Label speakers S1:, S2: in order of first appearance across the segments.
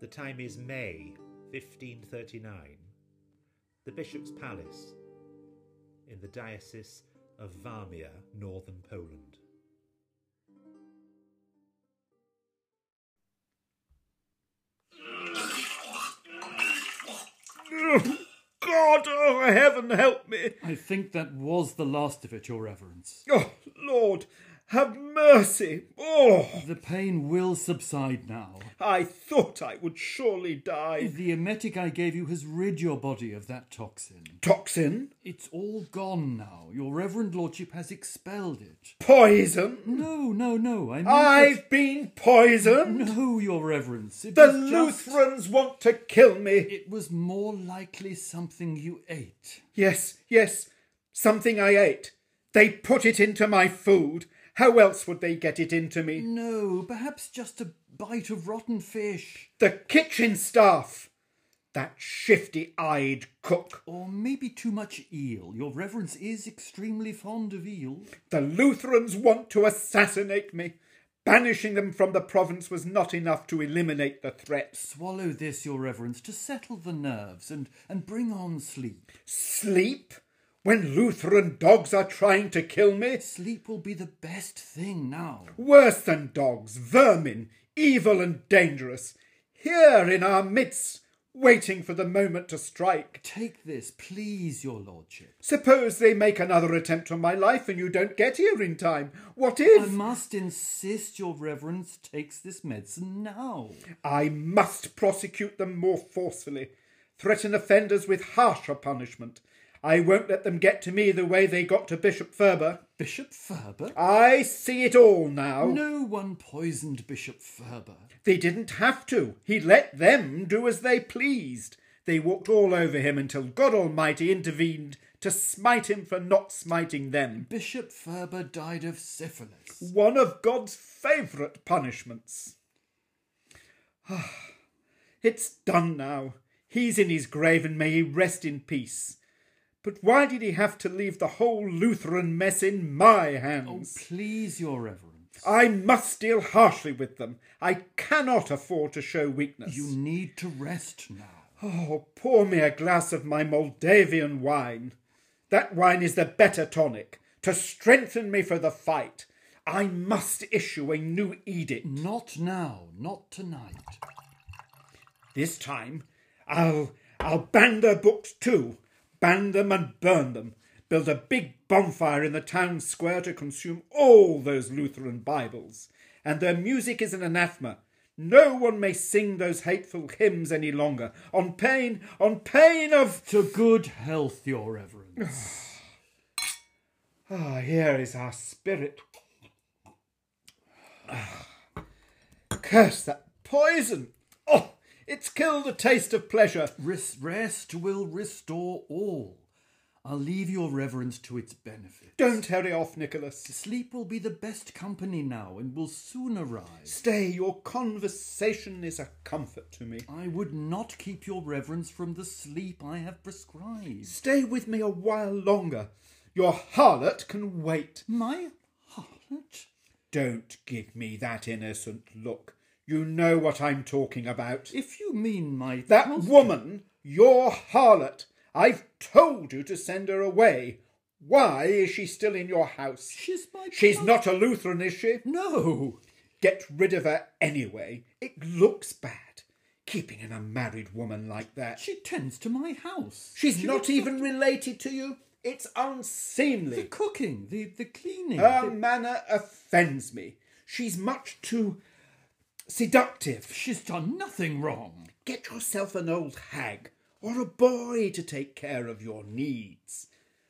S1: The time is May 1539. The Bishop's Palace in the Diocese of Warmia, northern Poland. God, oh heaven, help me!
S2: I think that was the last of it, Your Reverence.
S1: Oh, Lord, have mercy! Oh,
S2: The pain will subside now.
S1: I thought I would surely die.
S2: The emetic I gave you has rid your body of that toxin.
S1: Toxin?
S2: It's all gone now. Your Reverend Lordship has expelled it.
S1: Poison?
S2: No, no, no. I mean
S1: I've been poisoned?
S2: No, Your Reverence. It
S1: The
S2: was just-
S1: Lutherans want to kill me.
S2: It was more likely something you ate.
S1: Yes, yes, something I ate. They put it into my food. How else would they get it into me?
S2: No, perhaps just a bite of rotten fish.
S1: The kitchen staff! That shifty eyed cook.
S2: Or maybe too much eel. Your Reverence is extremely fond of eel.
S1: The Lutherans want to assassinate me. Banishing them from the province was not enough to eliminate the threat.
S2: Swallow this, Your Reverence, to settle the nerves and, and bring on sleep.
S1: Sleep? When Lutheran dogs are trying to kill me?
S2: Sleep will be the best thing now.
S1: Worse than dogs, vermin, evil and dangerous, here in our midst, waiting for the moment to strike.
S2: Take this, please, Your Lordship.
S1: Suppose they make another attempt on my life and you don't get here in time. What
S2: I
S1: if?
S2: must insist Your Reverence takes this medicine now.
S1: I must prosecute them more forcefully, threaten offenders with harsher punishment. I won't let them get to me the way they got to Bishop Ferber.
S2: Bishop Ferber?
S1: I see it all now.
S2: No one poisoned Bishop Ferber.
S1: They didn't have to. He let them do as they pleased. They walked all over him until God Almighty intervened to smite him for not smiting them.
S2: Bishop Ferber died of syphilis.
S1: One of God's favourite punishments. it's done now. He's in his grave and may he rest in peace. But why did he have to leave the whole Lutheran mess in my
S2: Oh,
S1: hands?
S2: please, Your Reverence.
S1: I must deal harshly with them. I cannot afford to show weakness.
S2: You need to rest now.
S1: Oh, pour me a glass of my Moldavian wine. That wine is the better tonic to strengthen me for the fight. I must issue a new edict.
S2: Not now, not tonight.
S1: This time, I'll I'll ban their books too. Ban them and burn them. Build a big bonfire in the town square to consume all those Lutheran Bibles. And their music is an anathema. No one may sing those hateful hymns any longer, on pain, on pain of
S2: To good health, Your Reverence.
S1: Ah, here is our spirit. Ah, Curse that poison! Oh, it's killed the taste of pleasure.
S2: Res- rest will restore all. I'll leave Your Reverence to its benefit.
S1: Don't hurry off, Nicholas.
S2: Sleep will be the best company now and will soon arise.
S1: Stay, your conversation is a comfort to me.
S2: I would not keep Your Reverence from the sleep I have prescribed.
S1: Stay with me a while longer. Your harlot can wait.
S2: My harlot?
S1: Don't give me that innocent look. You know what I'm talking about.
S2: If you mean my
S1: That
S2: husband-
S1: woman, your harlot, I've told you to send her away. Why is she still in your house?
S2: she's my
S1: She's
S2: hus-
S1: not a Lutheran, is she?
S2: No.
S1: Get rid of her anyway. It looks bad, keeping an unmarried woman like that.
S2: She tends to my house.
S1: She's
S2: She
S1: not
S2: looks
S1: even related to you. It's
S2: after The
S1: unseemly.
S2: cooking, the, the cleaning.
S1: Her
S2: the-
S1: manner offends me. She's much too seductive.
S2: She's done nothing wrong.
S1: Get yourself an old hag or a boy to take care of your needs.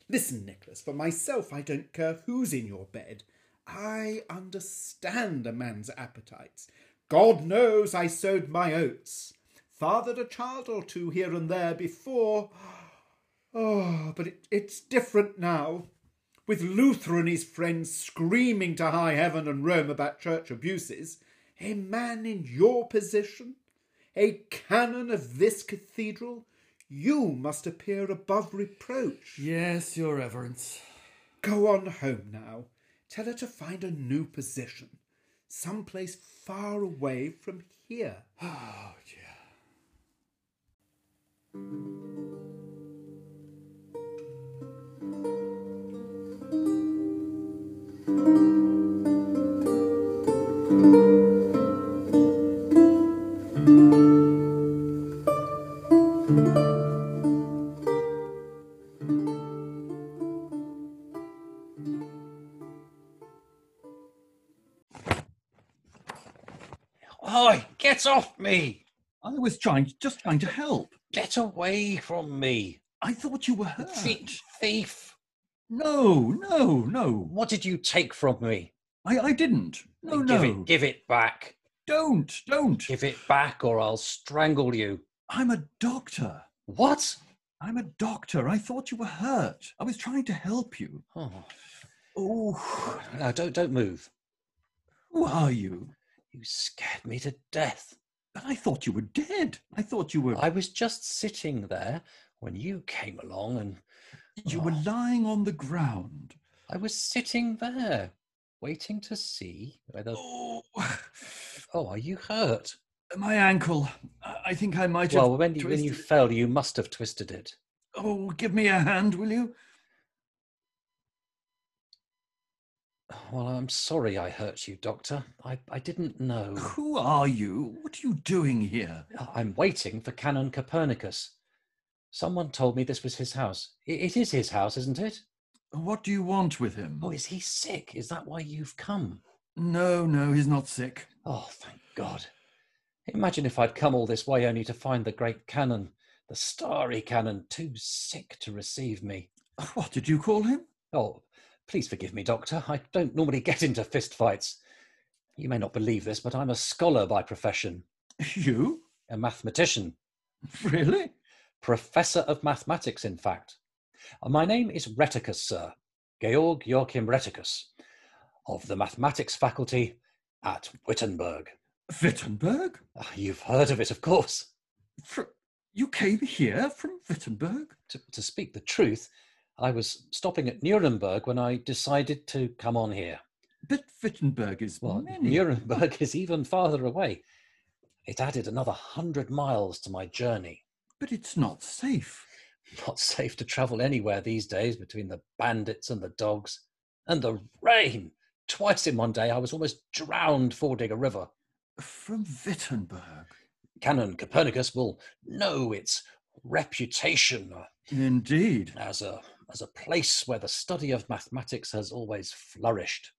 S1: Listen, Nicholas, for myself, I don't care who's in your bed. I understand a man's appetites. God knows I sowed my oats, fathered a child or two here and there before. Oh, but it, it's different now. With Luther and his friends screaming to high heaven and Rome about church abuses, a man in your position a canon of this cathedral, you must appear above reproach.
S2: Yes, Your Reverence.
S1: Go on home now. Tell her to find a new position, someplace far away from here.
S2: Oh, dear.
S3: Oi, get off me!
S2: I was trying, just trying to help.
S3: Get away from me!
S2: I thought you were hurt.
S3: Thief, thief!
S2: No, no, no.
S3: What did you take from me?
S2: I, I didn't. No,
S3: give
S2: Oh, no.
S3: it, give it back.
S2: don't, don't.
S3: Give it back, or I'll strangle you.
S2: I'm a doctor.
S3: What?
S2: I'm a doctor. I thought you were hurt. I was trying to help you.
S3: Oh,
S2: Oh,
S3: no, don't, don't move.
S2: who are you?
S3: You scared me to death.
S2: I thought you were dead. I thought you were.
S3: I was just sitting there when you came along, and
S2: you were
S3: Oh.
S2: lying on the ground.
S3: I was sitting there, waiting to see whether.
S2: Oh,
S3: Oh, are you hurt?
S2: my ankle. I I think I might have.
S3: Well, when you, when you
S2: twisted it.
S3: fell, you must have twisted it.
S2: Oh, give me a hand, will you?
S3: Well, I'm sorry I hurt you, Doctor. I, I didn't know. Uh,
S2: Who are you? What are you doing here?
S3: I'm waiting for Canon Copernicus. Someone told me this was his house. I- it is his house, isn't it?
S2: What do you want with him?
S3: Oh, is he sick? Is that why you've come?
S2: No, no, he's not sick.
S3: Oh, thank God. Imagine if I'd come all this way only to find the great Canon, the starry Canon, too sick to receive me.
S2: What did you call him?
S3: Oh, please forgive me, Doctor. I don't normally get into fistfights. You may not believe this, but I'm a scholar by profession,
S2: You?
S3: a mathematician,
S2: Really?
S3: professor of mathematics, in fact. Uh, My name is Reticus, sir, Georg Joachim Reticus, of the mathematics faculty at Wittenberg.
S2: Wittenberg?
S3: Ah, You've heard of it, of course.
S2: Fr- you came here from Wittenberg?
S3: to, to speak the truth, I was stopping at Nuremberg when I decided to come on here.
S2: But Wittenberg is
S3: Well,
S2: many.
S3: Nuremberg is even farther away. It added another hundred miles to my journey.
S2: But it's not safe.
S3: Not safe to travel anywhere these days between the bandits and the dogs and the rain. Twice in one day, I was almost drowned fording a river.
S2: From Wittenberg.
S3: Canon Copernicus will know its reputation
S2: Indeed.
S3: as a, as a place where the study of mathematics has always flourished.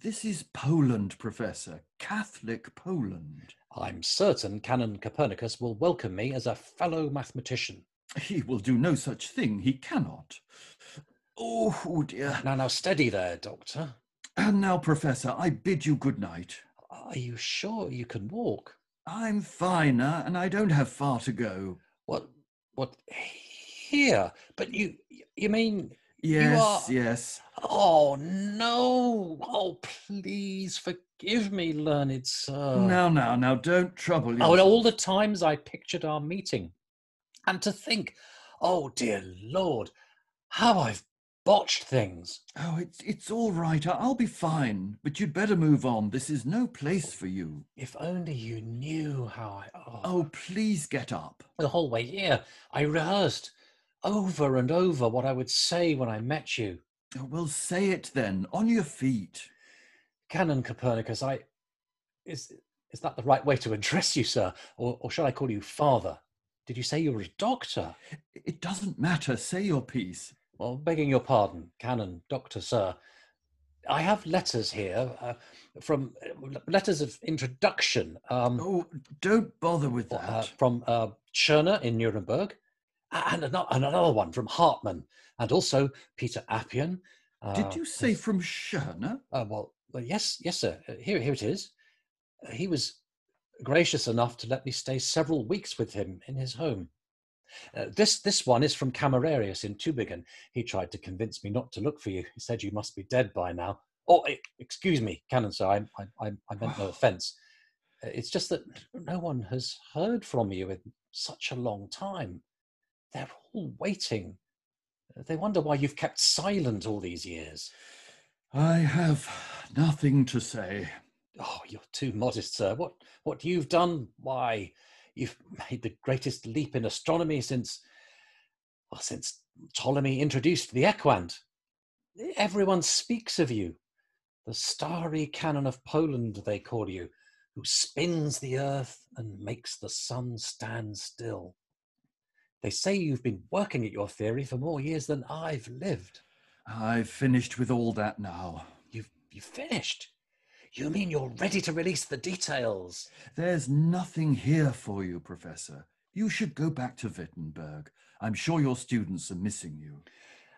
S2: This is Poland, Professor. Catholic Poland.
S3: I'm certain Canon Copernicus will welcome me as a fellow mathematician.
S2: He will do no such thing. He cannot. Oh, dear.
S3: Now, now, steady there, Doctor.
S2: And now, Professor, I bid you good night.
S3: Are you sure you can walk?
S2: I'm finer, and I don't have far to go.
S3: What? What? Here? But you, you mean?
S2: Yes,
S3: are-
S2: yes.
S3: Oh no! Oh, please forgive me, learned sir.
S2: now, now, now, don't trouble
S3: Uh. Oh, and
S2: yourself.
S3: all the times I pictured our meeting, and to think, oh dear Lord, how I've botched things.
S2: Oh, it's it's all right. I- I'll be fine. But you'd better move on. This is no place for you.
S3: If only you knew how I. Oh.
S2: Oh, please get up.
S3: the whole way here, I rehearsed over and over what I would say when I met you.
S2: Oh, Well, say it then. On your feet.
S3: Canon Copernicus, I is is that the right way to address you, sir? Or or shall I call you father? Did you say you were a doctor?
S2: It doesn't matter. Say your piece.
S3: Well, begging your pardon, Canon, Doctor, sir. I have letters here uh, from uh, letters of introduction um,
S2: Oh, don't bother with
S3: or, uh,
S2: that.
S3: from uh, Tschirner in Nuremberg, a- and another, and another one from Hartmann, and also Peter Appian. uh,
S2: Did you say from Scherner?
S3: Uh, well, well, yes, yes, sir. Uh, Here, here it is. Uh, He was gracious enough to let me stay several weeks with him in his home. Uh, this this one is from Camerarius in Tübingen. He tried to convince me not to look for you. He said you must be dead by now. Oh, e- excuse me, Canon sir. I I I, I meant no
S2: Wow.
S3: offence. Uh, It's just that no one has heard from you in such a long time. They're all waiting. Uh, They wonder why you've kept silent all these years.
S2: I have nothing to say.
S3: Oh, you're too modest, sir. What what you've done? Why, You've made the greatest leap in astronomy since, well, since Ptolemy introduced the equant. Everyone speaks of you. The starry canon of Poland, they call you, who spins the earth and makes the sun stand still. They say you've been working at your theory for more years than I've lived.
S2: I've finished with all that now.
S3: You've, you've finished. You mean you're ready to release the details?
S2: There's nothing here for you, Professor. You should go back to Wittenberg. I'm sure your students are missing you.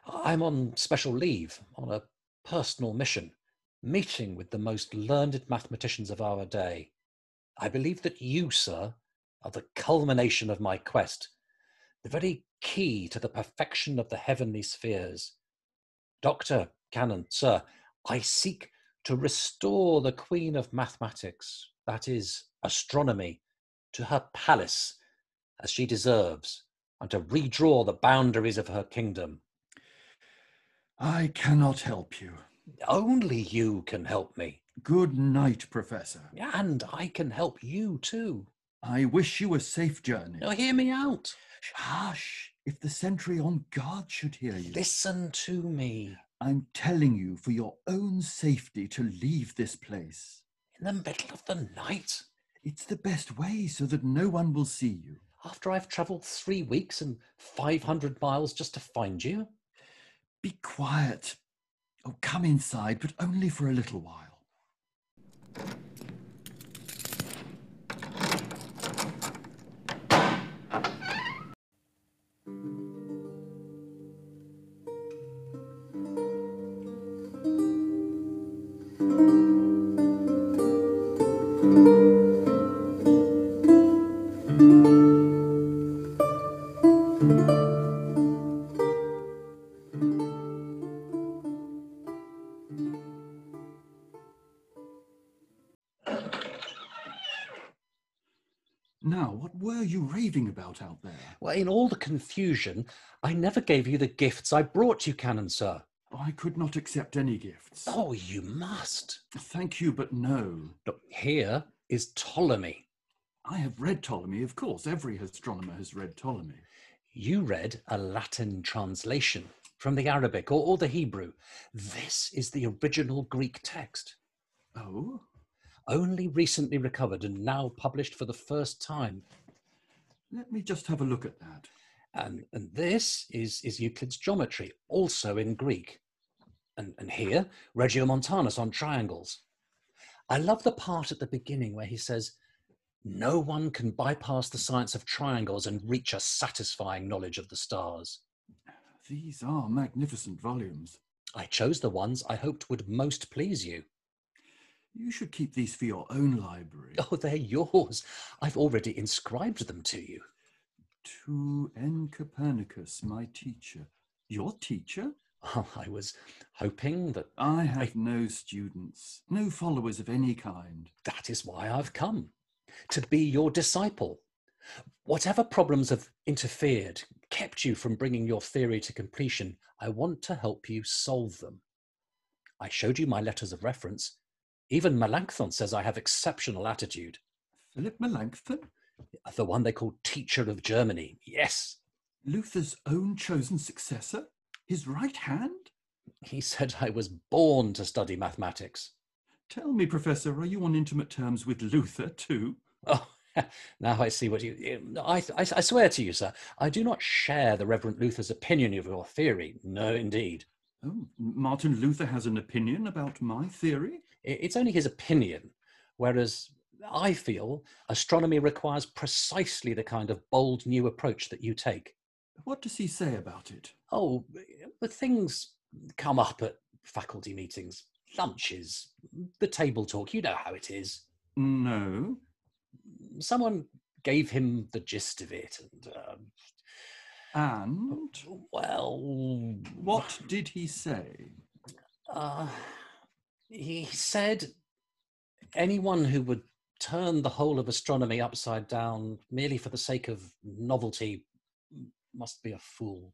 S3: I'm on special leave, on a personal mission, meeting with the most learned mathematicians of our day. I believe that you, sir, are the culmination of my quest, the very key to the perfection of the heavenly spheres. Doctor, Canon, sir, I seek to restore the queen of mathematics, that is, astronomy, to her palace as she deserves, and to redraw the boundaries of her kingdom.
S2: I cannot help you.
S3: Only you can help me,
S2: Good night, Professor.
S3: and I can help you too.
S2: I wish you a safe journey.
S3: Now, hear me out.
S2: Hush! If the sentry on guard should hear you.
S3: Listen to me.
S2: I'm telling you for your own safety to leave this place.
S3: In the middle of the night,
S2: It's the best way so that no one will see you.
S3: after I've travelled three weeks and 500 miles just to find you,
S2: Be quiet. Oh, come inside, but only for a little while. Now, what were you raving about out there?
S3: well, in all the confusion, I never gave you the gifts I brought you, Canon Sir.
S2: I could not accept any gifts.
S3: Oh, you must.
S2: Thank you, but no.
S3: Look, here is Ptolemy.
S2: I have read Ptolemy, of course. Every astronomer has read Ptolemy.
S3: You read a Latin translation from the Arabic or, or the Hebrew. This is the original Greek text,
S2: Oh?
S3: only recently recovered and now published for the first time.
S2: Let me just have a look at that.
S3: And, and this is, is Euclid's geometry, also in Greek. And, and here, Regiomontanus on triangles. I love the part at the beginning where he says, No one can bypass the science of triangles and reach a satisfying knowledge of the stars.
S2: These are magnificent volumes.
S3: I chose the ones I hoped would most please you.
S2: You should keep these for your own library.
S3: Oh, they're yours. I've already inscribed them to you.
S2: To N. Copernicus, my teacher. Your teacher?
S3: I was hoping that
S2: I have no students, no followers of any kind.
S3: that is why I've come to be your disciple. Whatever problems have interfered, kept you from bringing your theory to completion, I want to help you solve them. I showed you my letters of reference. Even Melanchthon says I have exceptional attitude,
S2: Philip Melanchthon?
S3: the one they call Teacher of Germany. Yes,
S2: Luther's own chosen successor? His right hand?
S3: he said I was born to study mathematics.
S2: Tell me, Professor, are you on intimate terms with Luther too?
S3: Oh, now I see what you. I, I, I swear to you, sir, I do not share the Reverend Luther's opinion of your theory. No, indeed.
S2: Oh, Martin Luther has an opinion about my theory?
S3: I- It's only his opinion, whereas I feel astronomy requires precisely the kind of bold new approach that you take.
S2: What does he say about it?
S3: Oh, but things come up at faculty meetings, lunches, the table talk. You know how it is.
S2: No.
S3: Someone gave him the gist of it, and um,
S2: And
S3: well,
S2: what did he say?
S3: Uh, he said anyone who would turn the whole of astronomy upside down merely for the sake of novelty must be a fool.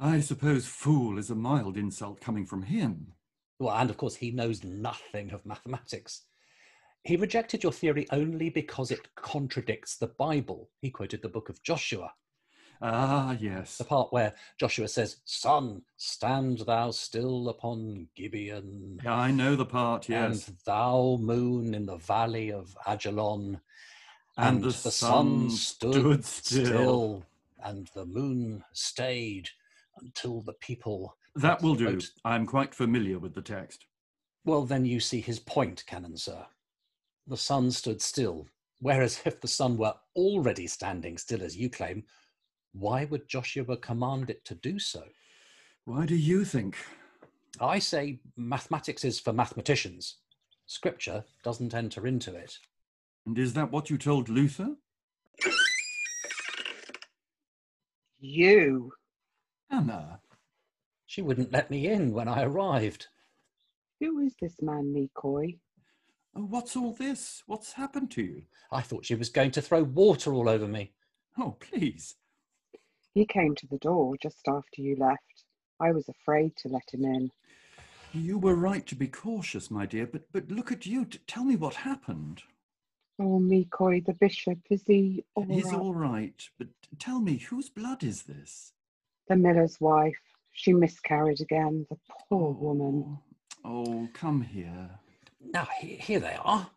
S2: I suppose fool is a mild insult coming from him.
S3: Well, and of course, he knows nothing of mathematics. He rejected your theory only because it contradicts the Bible. He quoted the book of Joshua,
S2: Ah, yes.
S3: the part where Joshua says, Son, stand thou still upon Gibeon,
S2: Yeah, I know the part, yes.
S3: and thou moon in the valley of Ajalon.
S2: And,
S3: And, the, sun
S2: stood
S3: stood, still.
S2: still.
S3: and the moon stayed until the people.
S2: That will do.
S3: Out.
S2: I'm quite familiar with the text.
S3: Well, then you see his point, Canon Sir. The sun stood still, whereas if the sun were already standing still, as you claim, why would Joshua command it to do so?
S2: Why do you think?
S3: I say mathematics is for mathematicians. Scripture doesn't enter into it.
S2: And is that what you told Luther?
S4: You.
S2: Anna.
S3: She wouldn't let me in when I arrived.
S4: Who is this man, Nikoi?
S2: Oh, what's all this? What's happened to you?
S3: I thought she was going to throw water all over me.
S2: Oh, please.
S4: He came to the door just after you left. I was afraid to let him in.
S2: You were right to be cautious, my dear, but, but look at you. T- tell me what happened.
S4: Oh, Mikoi, the bishop, is he all
S2: He's
S4: right?
S2: all right, but tell me, whose blood is this?
S4: The miller's wife. She miscarried again, the poor woman.
S2: Oh, oh, come here.
S3: Now, he- here they are.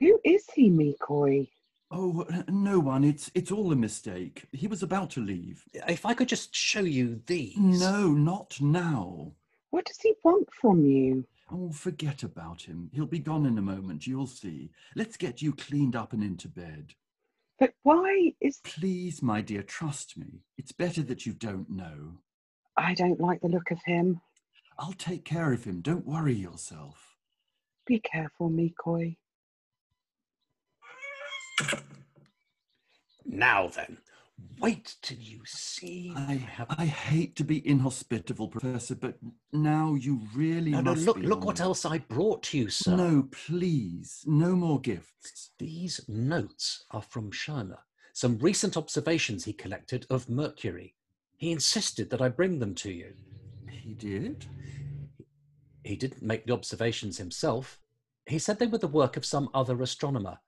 S4: Who is he, Mikoi?
S2: Oh, n- no one. It's, it's all a mistake. He was about to leave.
S3: If I could just show you these.
S2: No, not now.
S4: What does he want from you?
S2: Oh, forget about him. He'll be gone in a moment. You'll see. Let's get you cleaned up and into bed.
S4: But why is.
S2: Please, my dear, trust me. It's better that you don't know.
S4: I don't like the look of him.
S2: I'll take care of him. Don't worry yourself.
S4: Be careful, Mikoi.
S3: Now then, wait till you see.
S2: I,
S3: have.
S2: I hate to be inhospitable, Professor, but now you really
S3: no, no,
S2: must
S3: look,
S2: be
S3: look what
S2: on.
S3: else I brought you, sir.
S2: No, please, no more gifts.
S3: These notes are from Sharma, some recent observations he collected of Mercury. He insisted that I bring them to you.
S2: He did?
S3: He didn't make the observations himself. He said they were the work of some other astronomer,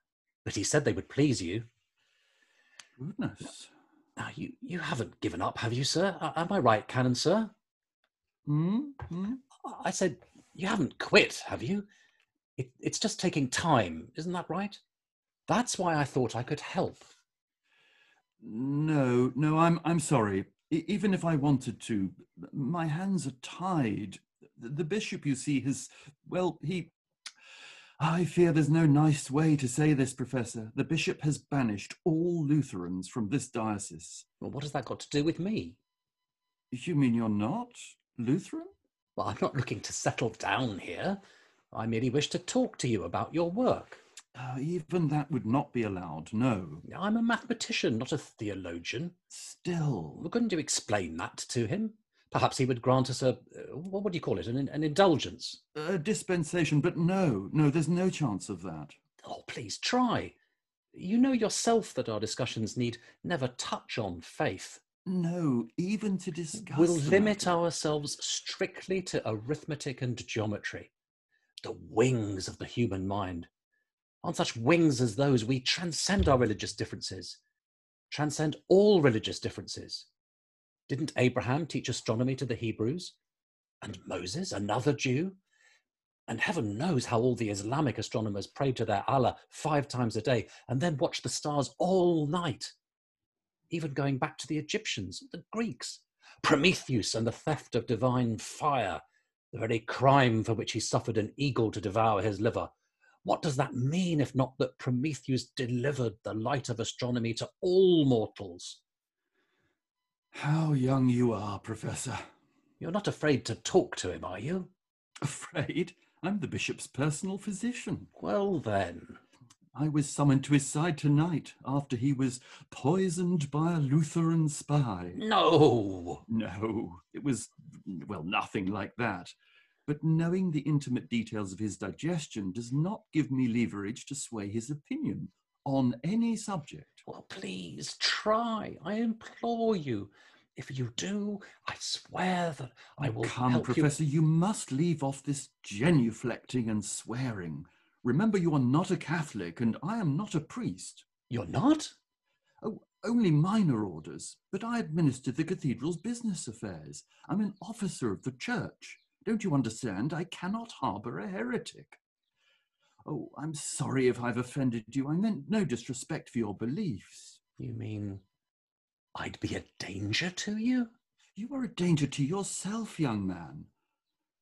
S3: but he said they would please you.
S2: Goodness.
S3: Now, you, you haven't given up, have you, sir? A- am I right, Canon, sir?
S2: Hmm? Hmm?
S3: I said, you haven't quit, have you? It, it's just taking time, isn't that right? That's why I thought I could help.
S2: No, no, I'm I'm sorry. E- even if I wanted to, my hands are tied. The, the bishop, you see, has well, he. I fear there's no nice way to say this, Professor. The bishop has banished all Lutherans from this diocese.
S3: Well, what has that got to do with me?
S2: You mean you're not Lutheran?
S3: Well, I'm not looking to settle down here. I merely wish to talk to you about your work.
S2: Uh, even that would not be allowed. No.
S3: I'm a mathematician, not a theologian. Well,
S2: Still,
S3: couldn't you explain that to him? Perhaps he would grant us a, uh, what would you call it, an, an indulgence?
S2: a dispensation, but no, no, there's no chance of that.
S3: Oh, please try. You know yourself that our discussions need never touch on faith.
S2: No, even to discuss.
S3: We'll
S2: the
S3: limit
S2: matter.
S3: ourselves strictly to arithmetic and geometry, the wings of the human mind. On such wings as those, we transcend our religious differences, transcend all religious differences. Didn't Abraham teach astronomy to the Hebrews? And Moses, another Jew? And heaven knows how all the Islamic astronomers pray to their Allah five times a day and then watch the stars all night. Even going back to the Egyptians, the Greeks, Prometheus and the theft of divine fire, the very crime for which he suffered an eagle to devour his liver. What does that mean if not that Prometheus delivered the light of astronomy to all mortals?
S2: How young you are, Professor.
S3: You're not afraid to talk to him, are you?
S2: Afraid? I'm the bishop's personal physician.
S3: Well, then,
S2: I was summoned to his side tonight after he was poisoned by a Lutheran spy.
S3: no!
S2: No, it was, well, nothing like that. But knowing the intimate details of his digestion does not give me leverage to sway his opinion on any subject.
S3: Well, please try. I implore you. If you do, I swear that I will
S2: Come,
S3: help you.
S2: Professor, you must leave off this genuflecting and swearing. Remember, you are not a Catholic, and I am not a priest.
S3: You're not?
S2: Oh, only minor orders, but I administer the cathedral's business affairs. I'm an officer of the church. Don't you understand? I cannot harbour a heretic. Oh, I'm sorry if I've offended you. I meant no disrespect for your beliefs.
S3: You mean I'd be a danger to you?
S2: You are a danger to yourself, young man.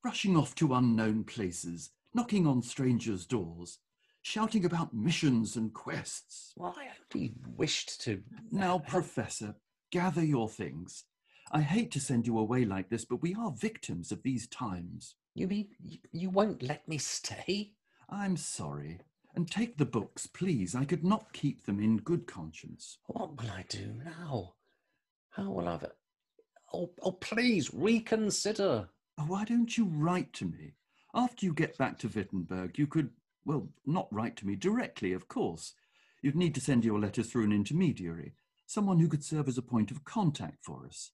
S2: Rushing off to unknown places, knocking on strangers' doors, shouting about missions and quests.
S3: Well, I only wished to.
S2: Now, Professor, gather your things. I hate to send you away like this, but we are victims of these times.
S3: You mean y- you won't let me stay?
S2: I'm sorry. And take the books, please. I could not keep them in good conscience.
S3: What will I do now? How will I? Oh, oh, please reconsider.
S2: Oh, Why don't you write to me? After you get back to Wittenberg, you could, well, not write to me directly, of course. You'd need to send your letter through an intermediary, someone who could serve as a point of contact for us.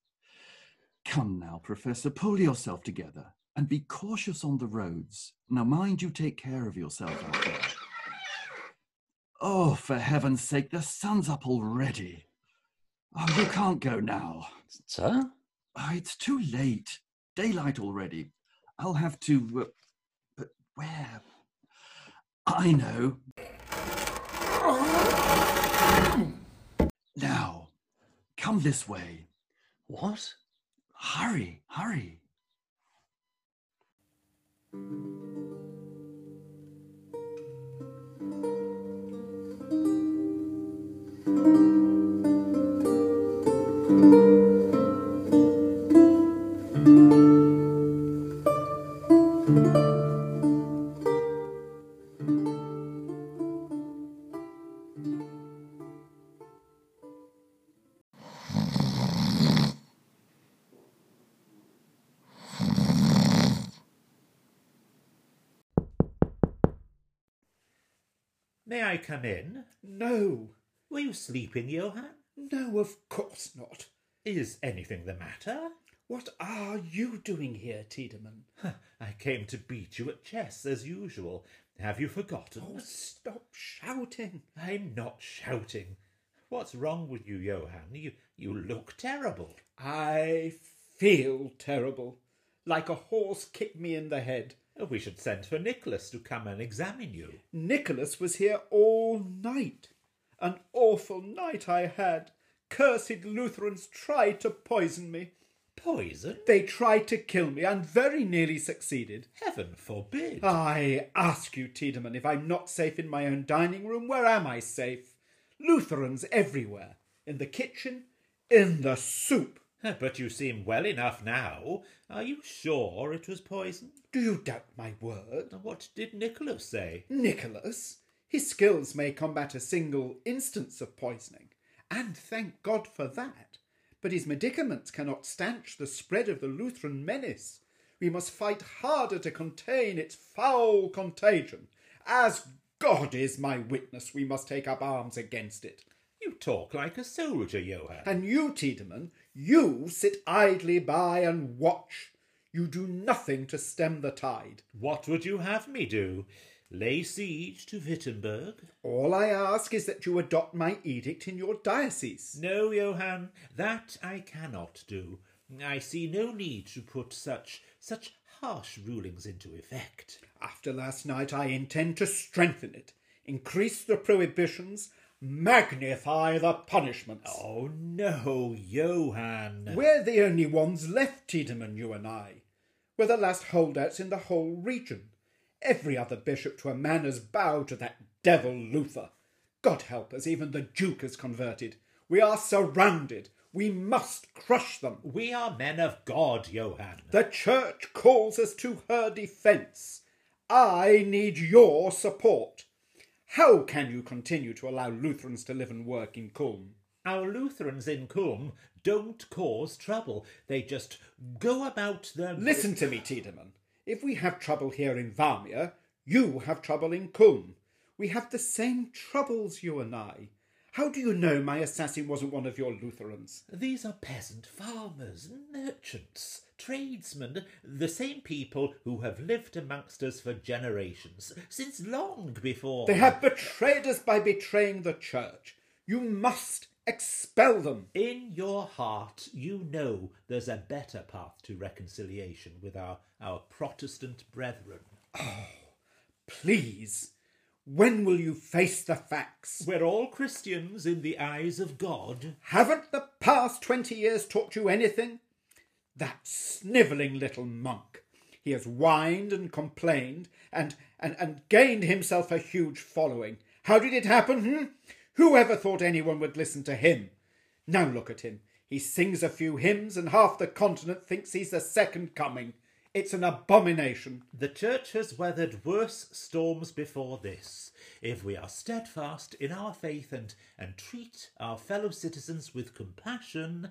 S2: Come now, Professor, pull yourself together and be cautious on the roads. Now, mind you, take care of yourself out there. Oh, for heaven's sake, the sun's up already. Oh, you can't go now.
S3: Sir?
S2: Oh, it's too late. Daylight already. I'll have to. Uh, but where? I know. Now, come this way.
S3: What?
S2: Hurry, hurry.
S5: May I come in?
S1: No,
S5: Were you sleeping, Johann?
S1: no, of course not.
S5: Is anything the matter?
S1: What are you doing here, Tiedemann?
S5: I came to beat you at chess as usual. Have you forgotten?
S1: Oh, stop shouting.
S5: I'm not shouting. What's wrong with you, Johann? You you look terrible.
S1: I feel terrible. Like a horse kicked me in the head.
S5: We should send for Nicholas to come and examine you.
S1: Nicholas was here all night. An awful night I had. Cursed Lutherans tried to poison me.
S5: Poison?
S1: They tried to kill me and very nearly succeeded.
S5: Heaven forbid.
S1: I ask you, Tiedemann, if I'm not safe in my own dining room, where am I safe? Lutherans everywhere. In the kitchen, in the soup.
S5: But you seem well enough now. Are you sure it was poison?
S1: Do you doubt my word?
S5: What did Nicholas say?
S1: Nicholas, his skills may combat a single instance of poisoning, and thank God for that. But his medicaments cannot stanch the spread of the Lutheran menace. We must fight harder to contain its foul contagion. As God is my witness, we must take up arms against it.
S5: You talk like a soldier, Johann.
S1: And you, Tiedemann, you sit idly by and watch. You do nothing to stem the tide.
S5: What would you have me do? Lay siege to Wittenberg?
S1: All I ask is that you adopt my edict in your diocese.
S5: No, Johann, that I cannot do. I see no need to put such such harsh rulings into effect.
S1: After last night, I intend to strengthen it, increase the prohibitions, magnify the punishments.
S5: Oh no, Johann.
S1: We're the only ones left, Tiedemann, you and I. We're the last holdouts in the whole region. Every other bishop to a man has bowed to that devil Luther. God help us, even the Duke is converted. We are surrounded. We must crush them.
S5: we are men of God, Johann.
S1: The Church calls us to her defence. I need your support. How can you continue to allow Lutherans to live and work in Culm?
S5: Our Lutherans in Culm don't cause trouble. They just go about their
S1: Listen to me, Tiedemann. If we have trouble here in Varmia, you have trouble in Culm. We have the same troubles, you and I. How do you know my assassin wasn't one of your Lutherans?
S5: These are peasant farmers, merchants, tradesmen, the same people who have lived amongst us for generations, since long before.
S1: They have betrayed us by betraying the church. You must expel them.
S5: In your heart, you know there's a better path to reconciliation with our, our Protestant brethren.
S1: Please, when will you face the facts?
S5: We're all Christians in the eyes of God.
S1: Haven't the past 20 years taught you anything? That snivelling little monk. He has whined and complained and, and, and gained himself a huge following. How did it happen? Hmm? Who ever thought anyone would listen to him? Now look at him. He sings a few hymns, and half the continent thinks he's the second coming. It's an abomination.
S5: The church has weathered worse storms before this. If we are steadfast in our faith and, and treat our fellow citizens with compassion,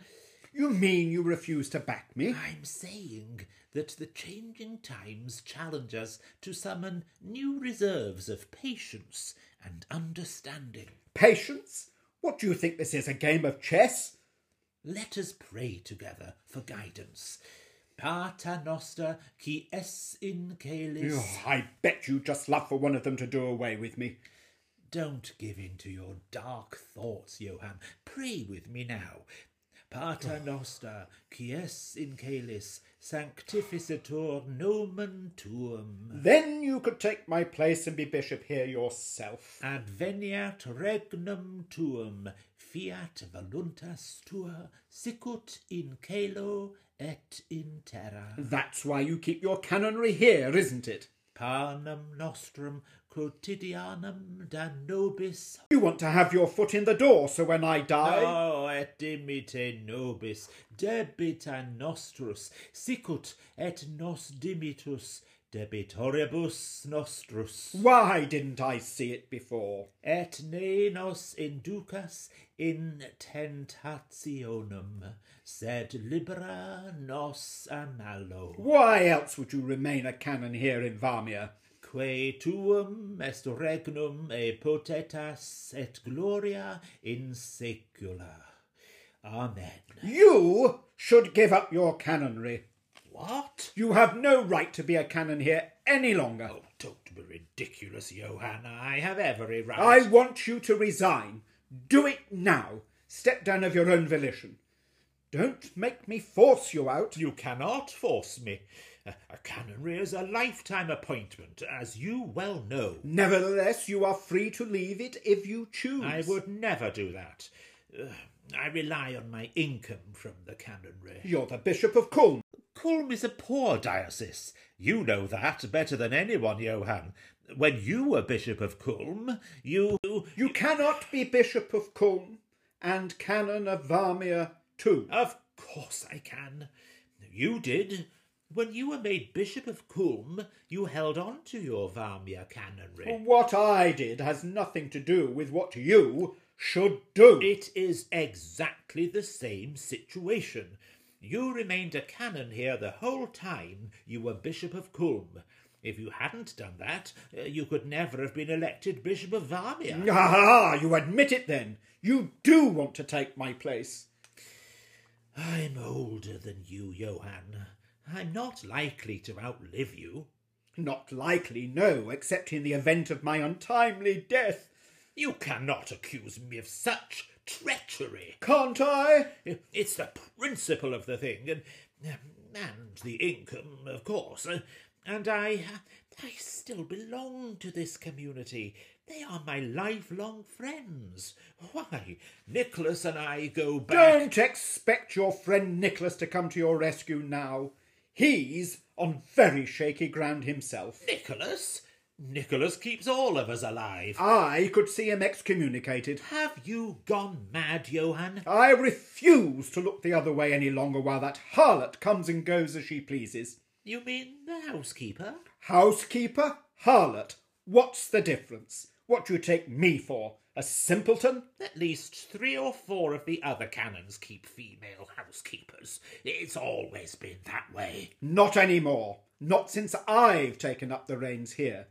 S1: You mean you refuse to back me?
S5: I'm saying that the changing times challenge us to summon new reserves of patience and understanding.
S1: Patience? What do you think this is, a game of chess?
S5: Let us pray together for guidance. Pater noster, qui es in caelis.
S1: Ugh, I bet you just love for one of them to do away with me.
S5: Don't give in to your dark thoughts, Johann. Pray with me now. Pater noster, qui es in caelis, sanctificetur nomen tuum.
S1: Then you could take my place and be bishop here yourself.
S5: Adveniat regnum tuum, fiat voluntas tua, sicut in caelo et in terra.
S1: That's why you keep your canonry here, isn't it?
S5: Panem nostrum quotidianum da nobis
S1: You want to have your foot in the door, so when I die.
S5: Oh, et dimite nobis, debita nostrus, sicut et nos dimitus, debitoribus nostrus.
S1: Why didn't I see it before?
S5: Et ne nos inducas in tentationem, sed libera nos a malo.
S1: Why else would you remain a canon here in Varmia?
S5: Que tuum est regnum et potestas et gloria in saecula. Amen.
S1: You should give up your canonry.
S5: What?
S1: You have no right to be a canon here any longer.
S5: Oh, don't be ridiculous, Johann. I have every right.
S1: I want you to resign. Do it now. Step down of your own volition. Don't make me force you out.
S5: You cannot force me. A, a canonry is a lifetime appointment, as you well know.
S1: Nevertheless, you are free to leave it if you choose.
S5: I would never do that. Ugh, I rely on my income from the canonry.
S1: You're the Bishop of Culm.
S5: Culm is a poor diocese. You know that better than anyone, Johann. When you were Bishop of Culm, you.
S1: You cannot be Bishop of Culm and Canon of Varmia too.
S5: Of course I can. You did. When you were made Bishop of Culm, you held on to your Varmia canonry.
S1: What I did has nothing to do with what you should do.
S5: It is exactly the same situation. You remained a canon here the whole time you were Bishop of Culm. If you hadn't done that, uh, you could never have been elected Bishop of Varmia.
S1: Ah, you admit it then. You do want to take my place.
S5: I'm older than you, Johann. I'm not likely to outlive you.
S1: Not likely, no, except in the event of my untimely death.
S5: You cannot accuse me of such treachery.
S1: Can't I?
S5: It's the principle of the thing, and and the income, of course. And I, I still belong to this community. They are my lifelong friends. Why, Nicholas and I go back.
S1: Don't expect your friend Nicholas to come to your rescue now. He's on very shaky ground himself.
S5: Nicholas, Nicholas keeps all of us alive.
S1: I could see him excommunicated.
S5: Have you gone mad, Johann?
S1: I refuse to look the other way any longer while that harlot comes and goes as she pleases.
S5: You mean the housekeeper?
S1: Housekeeper, harlot, what's the difference? What do you take me for? A simpleton?
S5: At least three or four of the other canons keep female housekeepers. It's always been that way.
S1: Not any more. Not since I've taken up the reins here.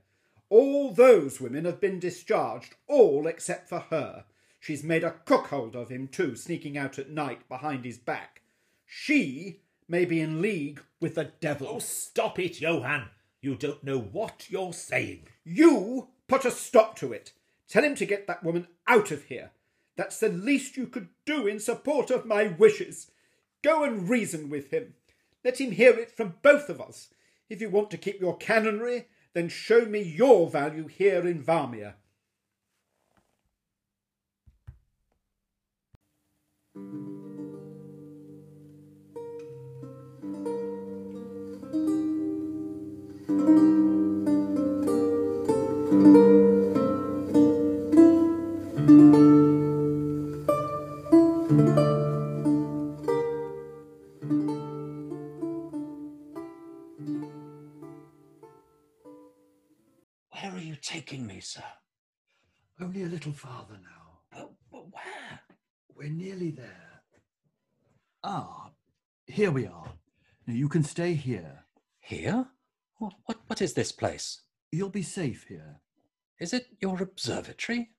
S1: All those women have been discharged, all except for her. She's made a cuckold of him, too, sneaking out at night behind his back. She may be in league with the devil.
S5: Oh, stop it, Johan. You don't know what you're saying.
S1: You put a stop to it. Tell him to get that woman out of here. That's the least you could do in support of my wishes. Go and reason with him. Let him hear it from both of us. If you want to keep your canonry, then show me your value here in Varmia.
S3: Where are you taking me, sir?
S2: Only a little farther now.
S3: Oh, but where?
S2: We're nearly there. Ah, here we are. Now you can stay here.
S3: Here? What, what, what is this place?
S2: You'll be safe here.
S3: Is it your observatory?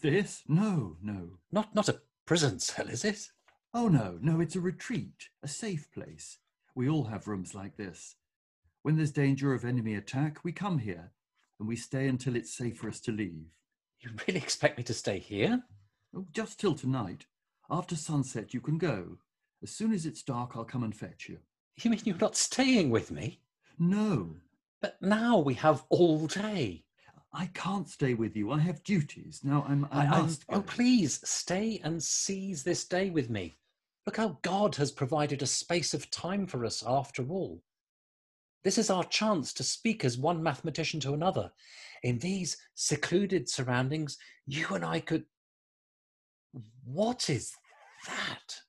S2: This? No, no.
S3: Not, not a prison cell, is it?
S2: Oh, no, no, it's a retreat, a safe place. We all have rooms like this. When there's danger of enemy attack, we come here and we stay until it's safe for us to leave.
S3: You really expect me to stay here?
S2: Oh, just till tonight. After sunset, you can go. As soon as it's dark, I'll come and fetch you.
S3: You mean you're not staying with me?
S2: No,
S3: But now we have all day.
S2: I can't stay with you. I have duties. Now I'm. I,
S3: I-
S2: must.
S3: oh,
S2: go.
S3: please stay and seize this day with me. Look how God has provided a space of time for us after all. This is our chance to speak as one mathematician to another. In these secluded surroundings, you and I could. What is that?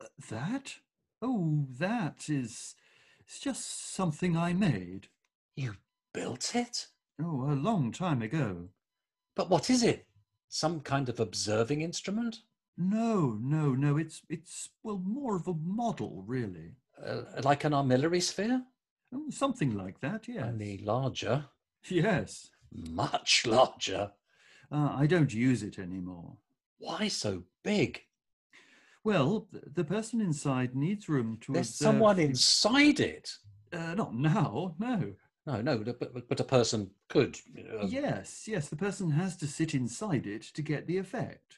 S2: Uh, That? Oh, that is. It's just something I made.
S3: You built it?
S2: Oh, a long time ago.
S3: But what is it? Some kind of observing instrument?
S2: No, no, no. It's it's well more of a model, really.
S3: Uh, like an armillary sphere?
S2: Oh, something like that. Yes.
S3: Only larger,
S2: Yes.
S3: much larger.
S2: Uh, I don't use it anymore.
S3: Why so big?
S2: Well, th- the person inside needs room to
S3: There's
S2: observe.
S3: someone inside it.
S2: Uh, not now. No.
S3: No, no, but, but- but a person could. Uh,
S2: yes, yes. The person has to sit inside it to get the effect.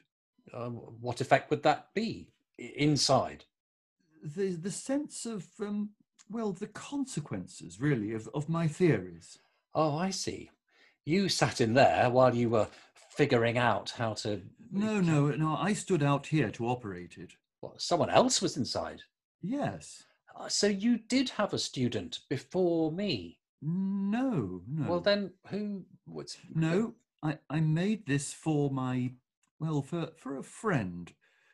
S3: uh, what effect would that be? I- Inside.
S2: the the sense of um, well the consequences really of, of my theories
S3: Oh, I see. You sat in there while you were figuring out how to.
S2: no no no i stood out here to operate it
S3: What, someone else was inside.
S2: yes
S3: Uh, So you did have a student before me.
S2: no no
S3: Well, then who was.
S2: no i i made this for my well for for a friend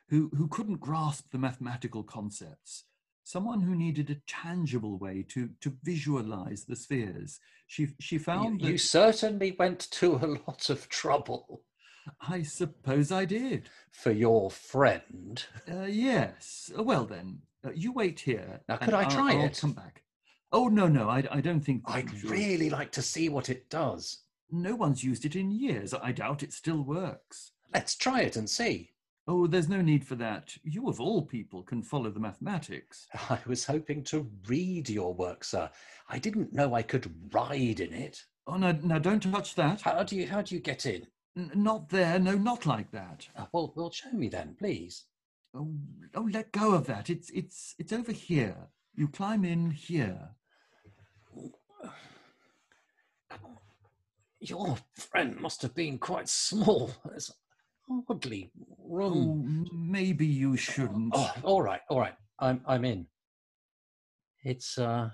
S2: who who couldn't grasp the mathematical concepts someone who needed a tangible way to to visualize the spheres she she
S3: You,
S2: found
S3: you
S2: that
S3: certainly went to a lot of trouble
S2: i suppose i did
S3: for your friend.
S2: Uh, yes. Uh, Well then, uh, you wait here.
S3: Now, could
S2: and
S3: I
S2: I'll-
S3: try
S2: I'll
S3: it?
S2: Come back. Oh no, no, I, I don't think. that
S3: I'd
S2: you should.
S3: really like to see what it does.
S2: No one's used it in years. I doubt it still works.
S3: Let's try it and see.
S2: Oh, there's no need for that. You of all people can follow the mathematics.
S3: I was hoping to read your work, sir. I didn't know I could ride in it.
S2: Oh no, now don't touch that.
S3: How do you how do you get in?
S2: N- not there. No, not like that.
S3: Uh, Well, well, show me then, please.
S2: Oh, oh, let go of that. It's it's it's over here. You climb in here.
S3: Your friend must have been quite small. It's oddly room.
S2: Oh, maybe you shouldn't.
S3: Oh, all right, all right. I'm I'm in. It's uh,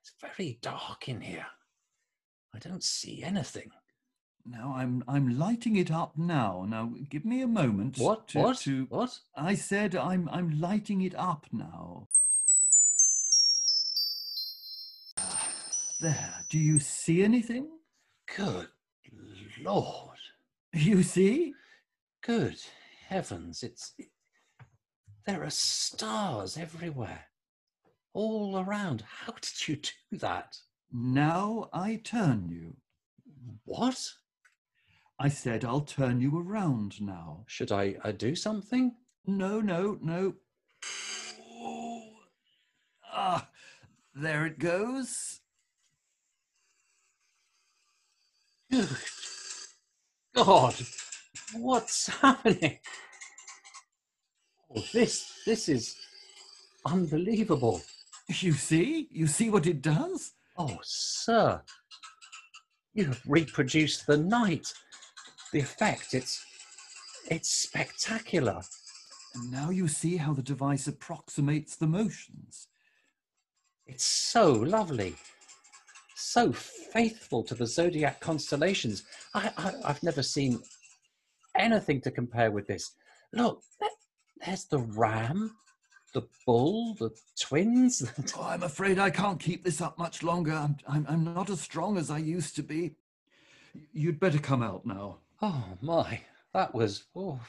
S3: it's very dark in here. I don't see anything.
S2: Now I'm I'm lighting it up now. Now give me a moment.
S3: What?
S2: To,
S3: what?
S2: To,
S3: what?
S2: I said I'm I'm lighting it up now. Ah, There. Do you see anything?
S3: Good lord.
S2: You see?
S3: Good heavens, it's. it- There are stars everywhere, all around. How did you do that?
S2: Now I turn you.
S3: What?
S2: I said, I'll turn you around now.
S3: Should I, I do something?
S2: No, no, no. Ah, there it goes.
S3: God, what's happening? Oh, this this is unbelievable.
S2: You see? You see what it does?
S3: Oh, sir, you have reproduced the night. The effect it's it's spectacular.
S2: And now you see how the device approximates the motions.
S3: It's so lovely, so faithful to the zodiac constellations. I, I I've never seen anything to compare with this. Look, there- there's the ram, the bull, the twins.
S2: Oh, I'm afraid I can't keep this up much longer. I'm, I'm, I'm not as strong as I used to be. You'd better come out now.
S3: Oh my, that was oh.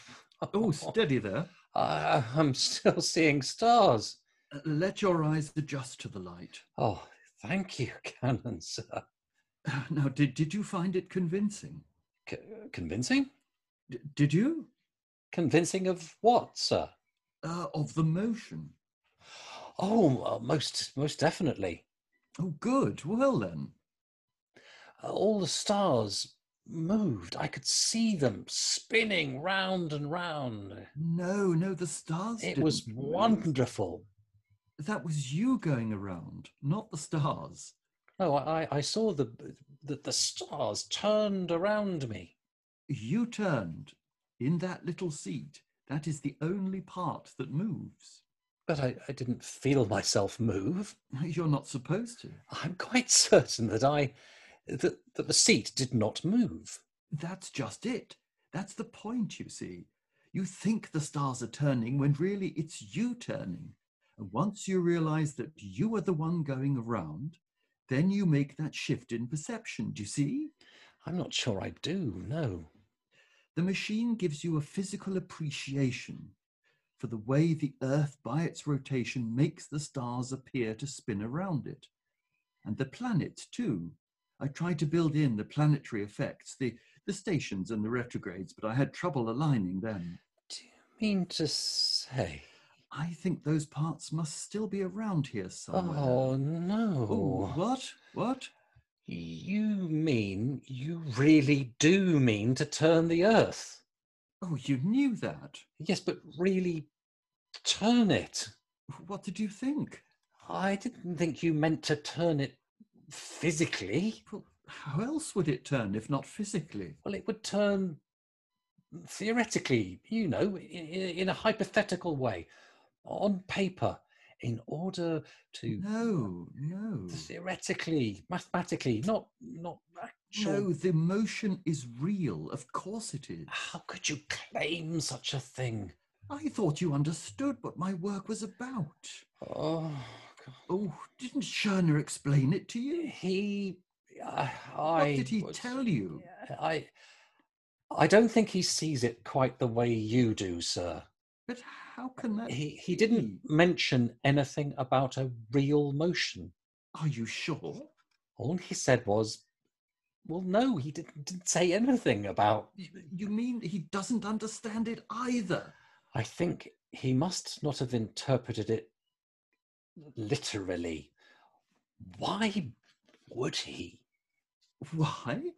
S2: Oh, steady there.
S3: I, I'm still seeing stars.
S2: Uh, Let your eyes adjust to the light.
S3: Oh, thank you, Canon Sir.
S2: Now, did, did you find it convincing?
S3: C- convincing?
S2: D- did you?
S3: Convincing of what, Sir?
S2: Uh, of the motion.
S3: Oh, uh, most most definitely.
S2: Oh, good. Well, then.
S3: Uh, all the stars moved. I could see them spinning round and round.
S2: No, no, the stars.
S3: It was
S2: didn't move.
S3: wonderful.
S2: That was you going around, not the stars.
S3: No, I, I- I saw the, the the stars turned around me.
S2: You turned in that little seat. That is the only part that moves.
S3: But I, I didn't feel myself move.
S2: You're not supposed to.
S3: I'm quite certain that I that, that the seat did not move.
S2: That's just it. That's the point, you see. You think the stars are turning when really it's you turning. And once you realize that you are the one going around, then you make that shift in perception. Do you see?
S3: I'm not sure I do, no.
S2: The machine gives you a physical appreciation for the way the Earth, by its rotation, makes the stars appear to spin around it. And the planets, too. I tried to build in the planetary effects, the, the stations and the retrogrades, but I had trouble aligning them.
S3: Do you mean to say?
S2: I think those parts must still be around here somewhere.
S3: Oh
S2: Ooh,
S3: no.
S2: what? What?
S3: You mean you really do mean to turn the earth?
S2: Oh, you knew that.
S3: Yes, but really turn it.
S2: What did you think?
S3: I didn't think you meant to turn it physically.
S2: Well, How else would it turn if not physically?
S3: Well, it would turn theoretically, you know, in, in a hypothetical way, on paper, in order to
S2: No, no.
S3: theoretically, mathematically, not not
S2: No,
S3: actual.
S2: the motion is real. Of course it is.
S3: How could you claim such a thing?
S2: I thought you understood what my work was about.
S3: Oh, God.
S2: Oh, didn't Scherner explain it to you?
S3: Eh. he. I.
S2: What
S3: I
S2: did he
S3: was-
S2: tell you?
S3: I. I don't think he sees it quite the way you do, sir.
S2: But how can that?
S3: He he didn't mention anything about a real motion.
S2: Are you sure?
S3: All he said was, well, no, he didn't, didn't say anything about.
S2: Y- You mean he doesn't understand it either?
S3: I think he must not have interpreted it literally. Why would he?
S2: Why?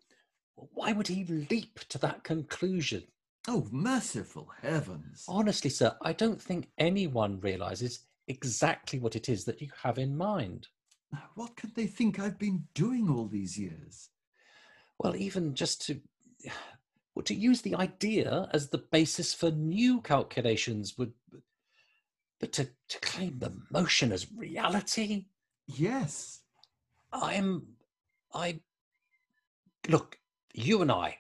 S3: Why would he leap to that conclusion?
S2: Oh, merciful heavens.
S3: Honestly, sir, I don't think anyone realizes exactly what it is that you have in mind.
S2: What can they think I've been doing all these years?
S3: Well, even just to. Well, to use the idea as the basis for new calculations would. But to, to claim the motion as reality?
S2: Yes.
S3: I'm. I. Look, you and I,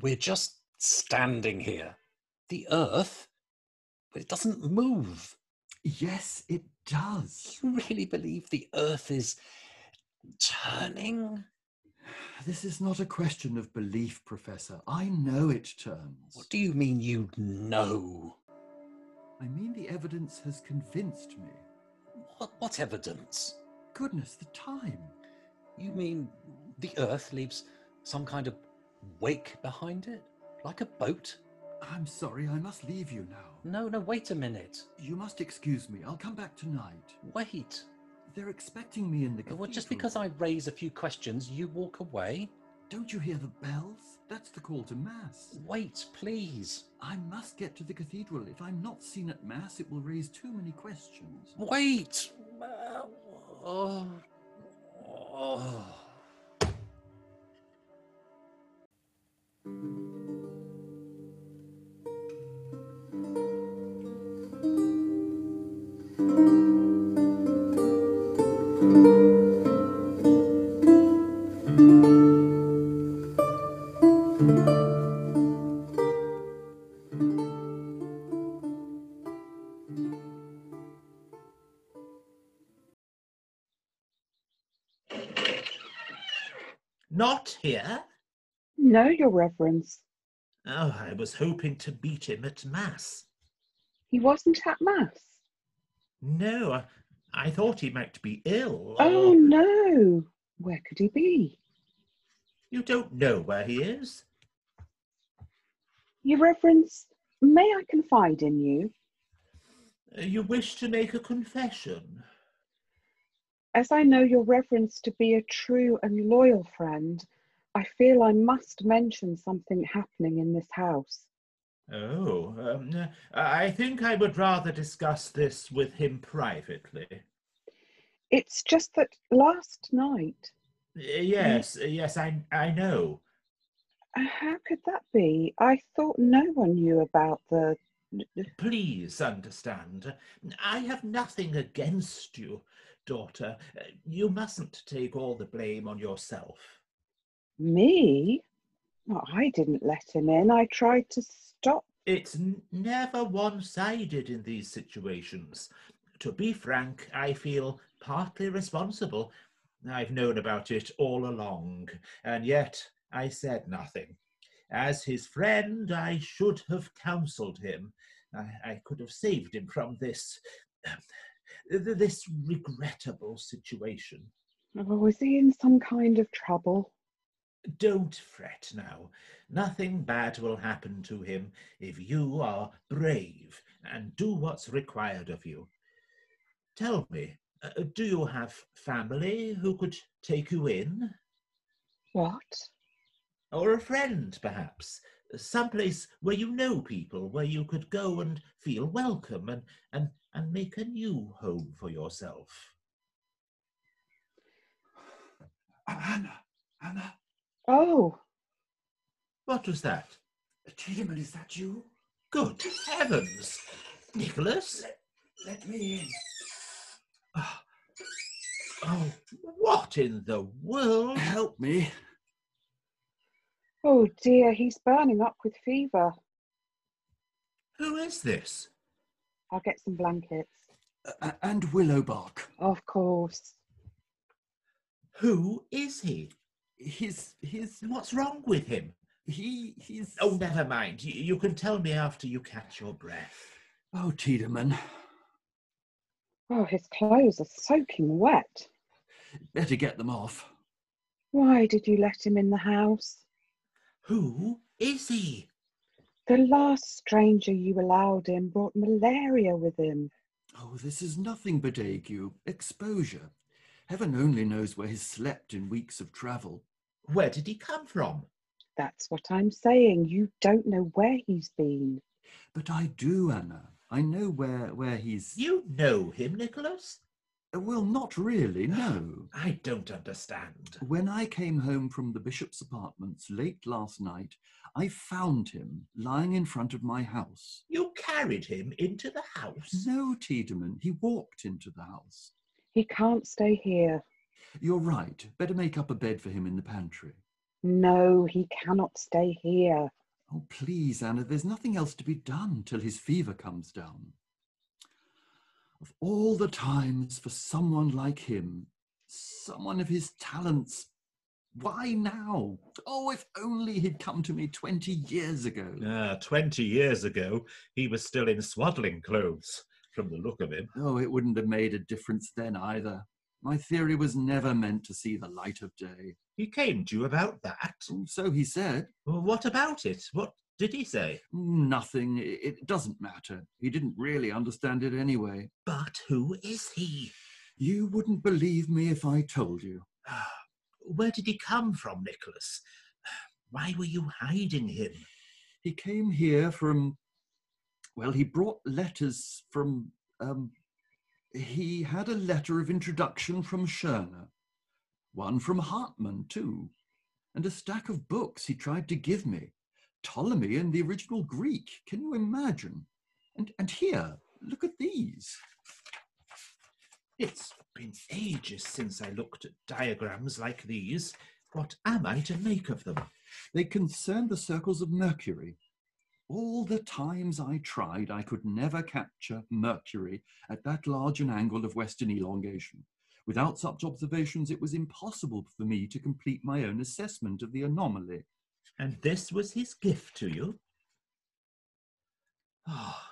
S3: we're just standing here. The earth, it doesn't move.
S2: Yes, it does.
S3: You really believe the earth is turning?
S2: This is not a question of belief, Professor. I know it turns.
S3: What do you mean you know?
S2: I mean, the evidence has convinced me.
S3: What, what evidence?
S2: Goodness, the time.
S3: You mean the earth leaves some kind of wake behind it? Like a boat?
S2: I'm sorry, I must leave you now.
S3: No, no, wait a minute.
S2: You must excuse me. I'll come back tonight.
S3: Wait.
S2: They're expecting me in the cathedral.
S3: Well, just because I raise a few questions, you walk away?
S2: Don't you hear the bells? That's the call to Mass.
S3: Wait, please.
S2: I must get to the cathedral. If I'm not seen at Mass, it will raise too many questions.
S3: Wait. Uh, Oh. Oh.
S5: Not here?
S4: No, Your Reverence.
S5: Oh, I was hoping to meet him at Mass.
S4: He wasn't at Mass.
S5: No, I, I thought he might be ill.
S4: Oh,
S5: or-
S4: no. Where could he be?
S5: You don't know where he is?
S4: Your Reverence, may I confide in you?
S5: You wish to make a confession?
S4: As I know Your Reverence to be a true and loyal friend, I feel I must mention something happening in this house.
S5: Oh, um, uh, I think I would rather discuss this with him privately.
S4: It's just that last night,
S5: Uh, Yes, uh, yes, I, I know.
S4: uh, how could that be? I thought no one knew about the.
S5: Please understand, I have nothing against you, daughter. Uh, You mustn't take all the blame on yourself.
S4: Me? Well, I didn't let him in. I tried to stop.
S5: It's n- never one sided in these situations. To be frank, I feel partly responsible. I've known about it all along, and yet I said nothing. As his friend, I should have counselled him. I, I could have saved him from this. th- This regrettable situation.
S4: Oh, was he in some kind of trouble?
S5: Don't fret now. Nothing bad will happen to him if you are brave and do what's required of you. Tell me, uh, do you have family who could take you in?
S4: What?
S5: Or a friend, perhaps? Someplace where you know people, where you could go and feel welcome and, and, and make a new home for yourself.
S2: A- Uh, Anna, Anna,
S4: Oh,
S5: What was that?
S2: Tiedemann, is that you?
S5: Good heavens! Nicholas?
S2: Let me in.
S5: Ah. Oh, what in the world?
S2: Help me.
S4: oh dear, he's burning up with fever.
S5: Who is this?
S4: I'll get some blankets.
S2: A- a- Uh, and willow bark.
S4: Of course.
S5: Who is he?
S2: He's he's
S5: What's wrong with him?
S2: he he's.
S5: Oh, never mind. You, you can tell me after you catch your breath.
S2: oh, Tiedemann.
S4: Oh, his clothes are soaking wet.
S2: Better get them off.
S4: Why did you let him in the house?
S5: Who is he?
S4: The last stranger you allowed in brought malaria with him.
S2: Oh, this is nothing but ague, exposure. Heaven only knows where he's slept in weeks of travel.
S5: Where did he come from?
S4: That's what I'm saying. You don't know where he's been.
S2: But I do, Anna. I know where where he's.
S5: You know him, Nicholas?
S2: Well, not really. No.
S5: I don't understand.
S2: When I came home from the bishop's apartments late last night, I found him lying in front of my house.
S5: You carried him into the house?
S2: No, Tiedemann, he walked into the house.
S4: He can't stay here.
S2: You're right. Better make up a bed for him in the pantry.
S4: No, he cannot stay here.
S2: Oh, please, Anna, there's nothing else to be done till his fever comes down. Of all the times for someone like him, someone of his talents, why now? Oh, if only he'd come to me 20 years ago.
S5: Ah, twenty years ago, he was still in swaddling clothes, from the look of him.
S2: Oh, it wouldn't have made a difference then either. My theory was never meant to see the light of day. Mm,
S6: He came to you about that.
S2: So he said.
S6: Well, What about it? What did he say?
S2: Nothing. I- It doesn't matter. He didn't really understand it anyway.
S6: But who is he?
S2: You wouldn't believe me if I told you.
S6: Where did he come from, Nicholas? Why were you hiding him?
S2: He came here from. Well, he brought letters from. Um, he had a letter of introduction from Scherner, one from Hartmann, too, and a stack of books he tried to give me. Ptolemy in the original Greek. Can you imagine? And, and here, look at these.
S6: It's been ages since I looked at diagrams like these. What am I to make of them?
S2: They concern the circles of Mercury. All the times I tried, I could never capture Mercury at that large an angle of Western elongation. Without such observations, it was impossible for me to complete my own assessment of the anomaly.
S6: And this was his gift to you? Ah,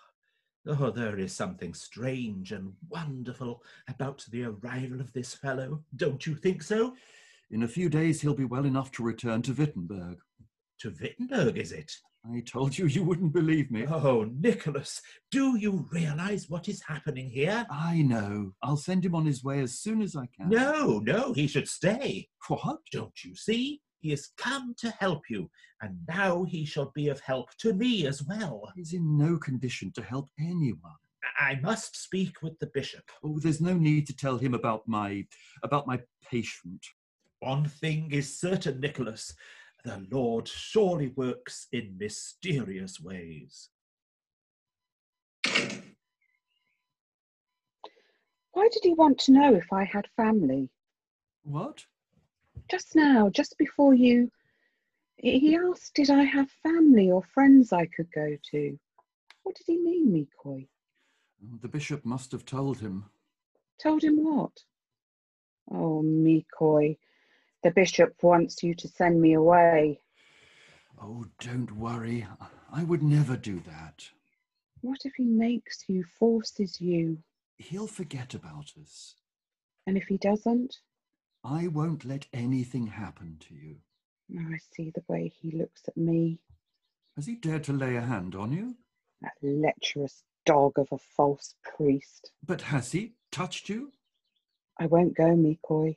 S6: oh, there is something strange and wonderful about the arrival of this fellow, don't you think so?
S2: In a few days, he'll be well enough to return to Wittenberg.
S6: To Wittenberg, is it?
S2: I told you you wouldn't believe me.
S6: Oh, Nicholas, do you realize what is happening here?
S2: I know. I'll send him on his way as soon as I can.
S6: No, no, he should stay.
S2: What?
S6: Don't you see? He has come to help you, and now he shall be of help to me as well.
S2: He's in no condition to help anyone.
S6: I must speak with the bishop.
S2: Oh, there's no need to tell him about my about my patient.
S6: One thing is certain, Nicholas. The Lord surely works in mysterious ways.
S4: Why did he want to know if I had family?
S2: What?
S4: Just now, just before you, he asked, Did I have family or friends I could go to? What did he mean, Mikoy?
S2: The bishop must have told him.
S4: Told him what? Oh, Mikoy, the bishop wants you to send me away.
S2: Oh, don't worry. I would never do that.
S4: What if he makes you, forces you?
S2: He'll forget about us.
S4: And if he doesn't?
S2: I won't let anything happen to you.
S4: Now I see the way he looks at me,
S2: Has he dared to lay a hand on you?
S4: that lecherous dog of a false priest.
S2: But has he touched you?
S4: I won't go, Mikoy.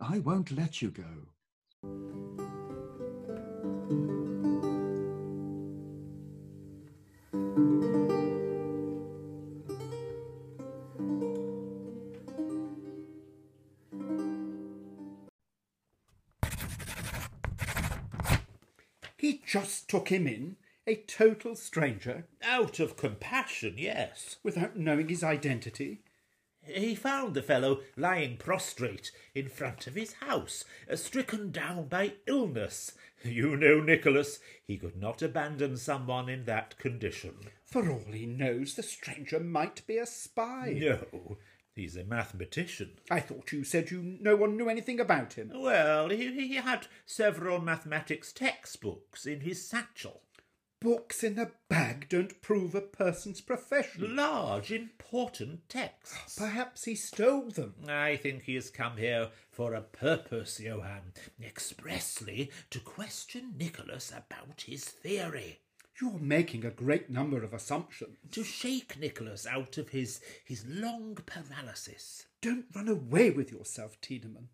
S2: I won't let you go.
S1: He just took him in, a total stranger,
S5: Out of compassion, yes.
S1: without knowing his identity.
S5: He found the fellow lying prostrate in front of his house, uh, stricken down by illness. You know, Nicholas, he could not abandon someone in that condition.
S1: For all he knows, the stranger might be a spy.
S5: No, he's a mathematician.
S1: I thought you said you no one knew anything about him.
S5: Well, he, he had several mathematics textbooks in his satchel.
S1: Books in a bag don't prove a person's profession.
S5: Large, important texts.
S1: Hmm. Perhaps he stole them.
S5: I think he has come here for a purpose, Johann, expressly to question Nicholas about his theory,
S1: You're making a great number of assumptions.
S5: to shake Nicholas out of his his long paralysis.
S1: Don't run away with yourself, Tiedemann.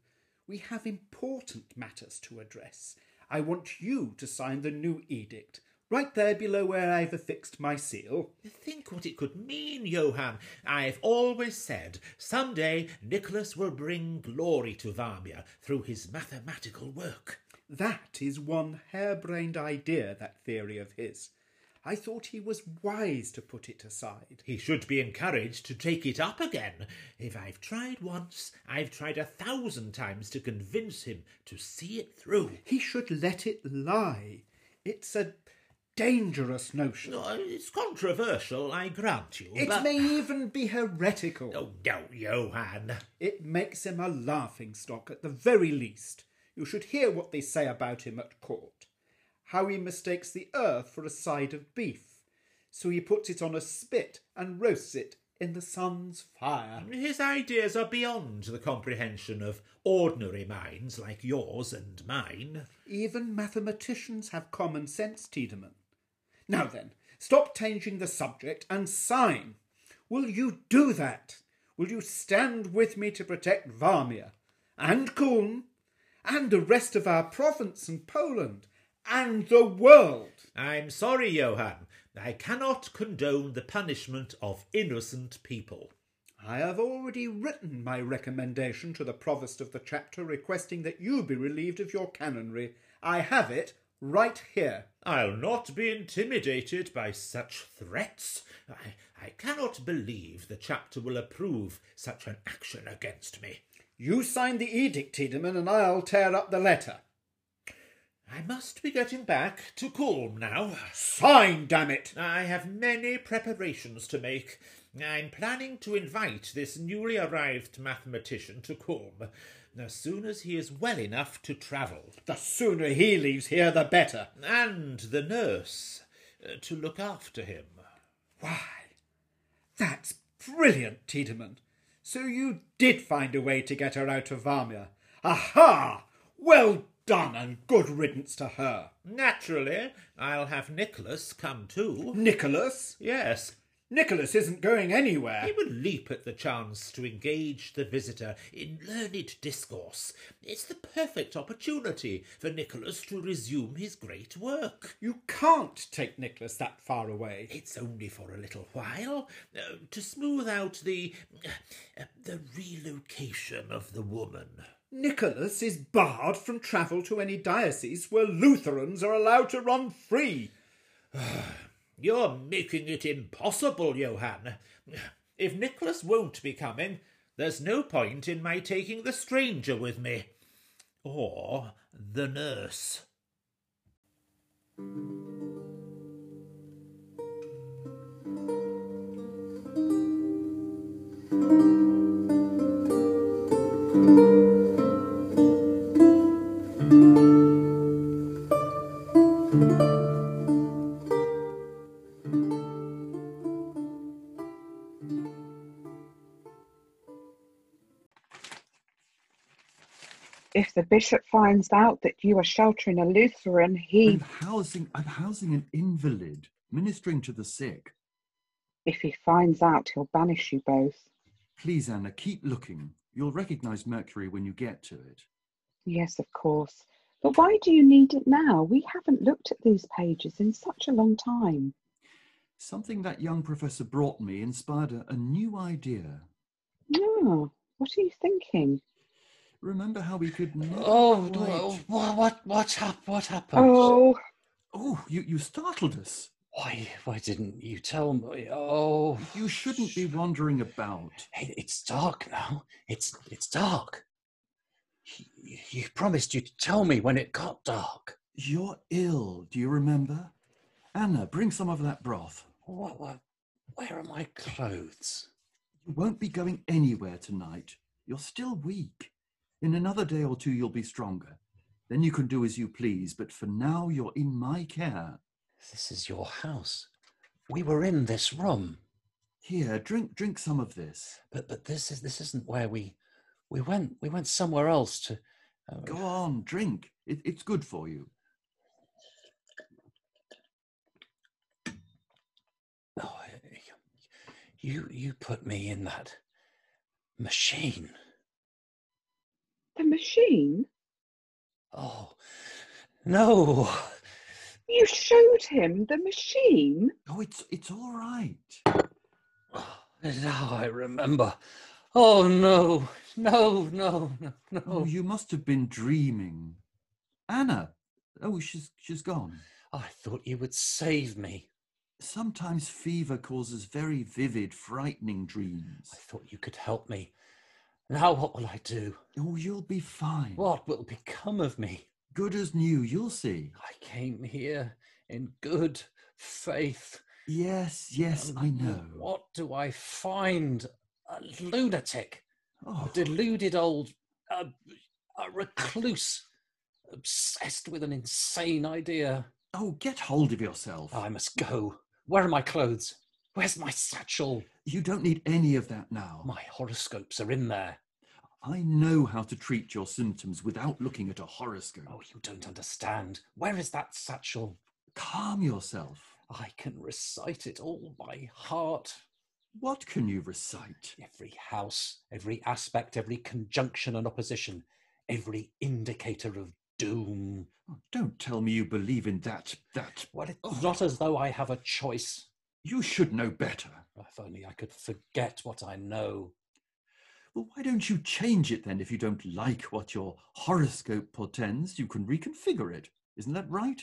S1: We have important matters to address. I want you to sign the new edict, right there below where I've affixed my seal.
S5: Think what it could mean, Johann. I've always said some day Nicholas will bring glory to Varmia through his mathematical work.
S1: That is one harebrained idea, that theory of his. I thought he was wise to put it aside.
S5: He should be encouraged to take it up again. If I've tried once, I've tried a thousand times to convince him to see it through.
S1: He should let it lie. It's a dangerous notion.
S5: No, It's controversial, I grant you.
S1: it
S5: but...
S1: may even be heretical.
S5: Oh, no, Johann.
S1: It makes him a laughing stock at the very least. You should hear what they say about him at court. How he mistakes the earth for a side of beef. So he puts it on a spit and roasts it in the sun's fire.
S5: His ideas are beyond the comprehension of ordinary minds like yours and mine.
S1: Even mathematicians have common sense, Tiedemann. Now then, stop changing the subject and sign. Will you do that? Will you stand with me to protect Varmia and Kulm and the rest of our province and Poland and the world?
S5: I'm sorry, Johann. I cannot condone the punishment of innocent people.
S1: I have already written my recommendation to the provost of the chapter requesting that you be relieved of your canonry. I have it right here.
S5: I'll not be intimidated by such threats. I, I cannot believe the chapter will approve such an action against me.
S1: You sign the edict, Tiedemann, and I'll tear up the letter.
S5: I must be getting back to Culm now.
S1: Sign, damn it!
S5: I have many preparations to make. I'm planning to invite this newly arrived mathematician to Culm as soon as he is well enough to travel,
S1: The sooner he leaves here, the better.
S5: and the nurse uh, to look after him.
S1: Why, that's brilliant, Tiedemann. So you did find a way to get her out of Varmia. Aha! Well done, and good riddance to her.
S5: Naturally, I'll have Nicholas come too.
S1: Nicholas?
S5: Yes,
S1: Nicholas isn't going anywhere.
S5: He would leap at the chance to engage the visitor in learned discourse. It's the perfect opportunity for Nicholas to resume his great work.
S1: You can't take Nicholas that far away.
S5: It's only for a little while uh, to smooth out the uh, the relocation of the woman.
S1: Nicholas is barred from travel to any diocese where Lutherans are allowed to run free.
S5: You're making it impossible, Johann. If Nicholas won't be coming, there's no point in my taking the stranger with me. Or the nurse.
S4: If the bishop finds out that you are sheltering a Lutheran, he,
S2: I'm housing, I'm housing an invalid, ministering to the sick.
S4: if he finds out, he'll banish you both.
S2: Please, Anna, keep looking. You'll recognize Mercury when you get to it.
S4: Yes, of course. But why do you need it now? We haven't looked at these pages in such a long time.
S2: Something that young professor brought me inspired a, a new idea.
S4: Ah, what are you thinking?
S2: Remember how we could. never
S3: Oh,
S2: quite-
S3: no, what, what, what, hap- what happened?
S4: Oh,
S2: Oh, you, you startled us.
S3: Why, why didn't you tell me? Oh,
S2: You shouldn't be wandering about.
S3: Hey, it's dark now. It's it's dark. You, you promised you'd tell me when it got dark.
S2: You're ill, do you remember? Anna, bring some of that broth.
S3: What, what, where are my clothes?
S2: You won't be going anywhere tonight. You're still weak. In another day or two, you'll be stronger. Then you can do as you please, but for now, you're in my care.
S3: This is your house. We were in this room,
S2: Here, drink, drink some of this.
S3: but but this is this isn't where we we went. We went somewhere else to. uh,
S2: Go on, drink. It, it's good for you.
S3: oh, you you put me in that machine.
S4: the machine?
S3: Oh no!
S4: You showed him the machine?
S2: Oh, it's it's all right. Oh,
S3: Now I remember. Oh no, no, no, no,
S2: Oh,
S3: no.
S2: you must have been dreaming. Anna. Oh, she's she's gone.
S3: I thought you would save me.
S2: Sometimes fever causes very vivid, frightening dreams.
S3: I thought you could help me. Now what will I do?
S2: Oh, you'll be fine.
S3: What will become of me?
S2: Good as new, you'll see.
S3: I came here in good faith.
S2: Yes, yes, I
S3: and
S2: know.
S3: What do I find? A lunatic, a
S2: Oh,
S3: deluded old, a, a recluse, obsessed with an insane idea.
S2: oh, get hold of yourself.
S3: I must go. Where are my clothes? Where's my satchel?
S2: You don't need any of that now.
S3: My horoscopes are in there.
S2: I know how to treat your symptoms without looking at a horoscope.
S3: Oh, you don't understand. Where is that satchel?
S2: Calm yourself.
S3: I can recite it all by heart.
S2: What can you recite?
S3: Every house, every aspect, every conjunction and opposition, every indicator of doom.
S2: Oh, don't tell me you believe in that. That.
S3: Well, it's
S2: Oh.
S3: not as though I have a choice. Oh,
S2: You should know better.
S3: If only I could forget what I know.
S2: Well, why don't you change it then if you don't like what your horoscope portends? You can reconfigure it. Isn't that right?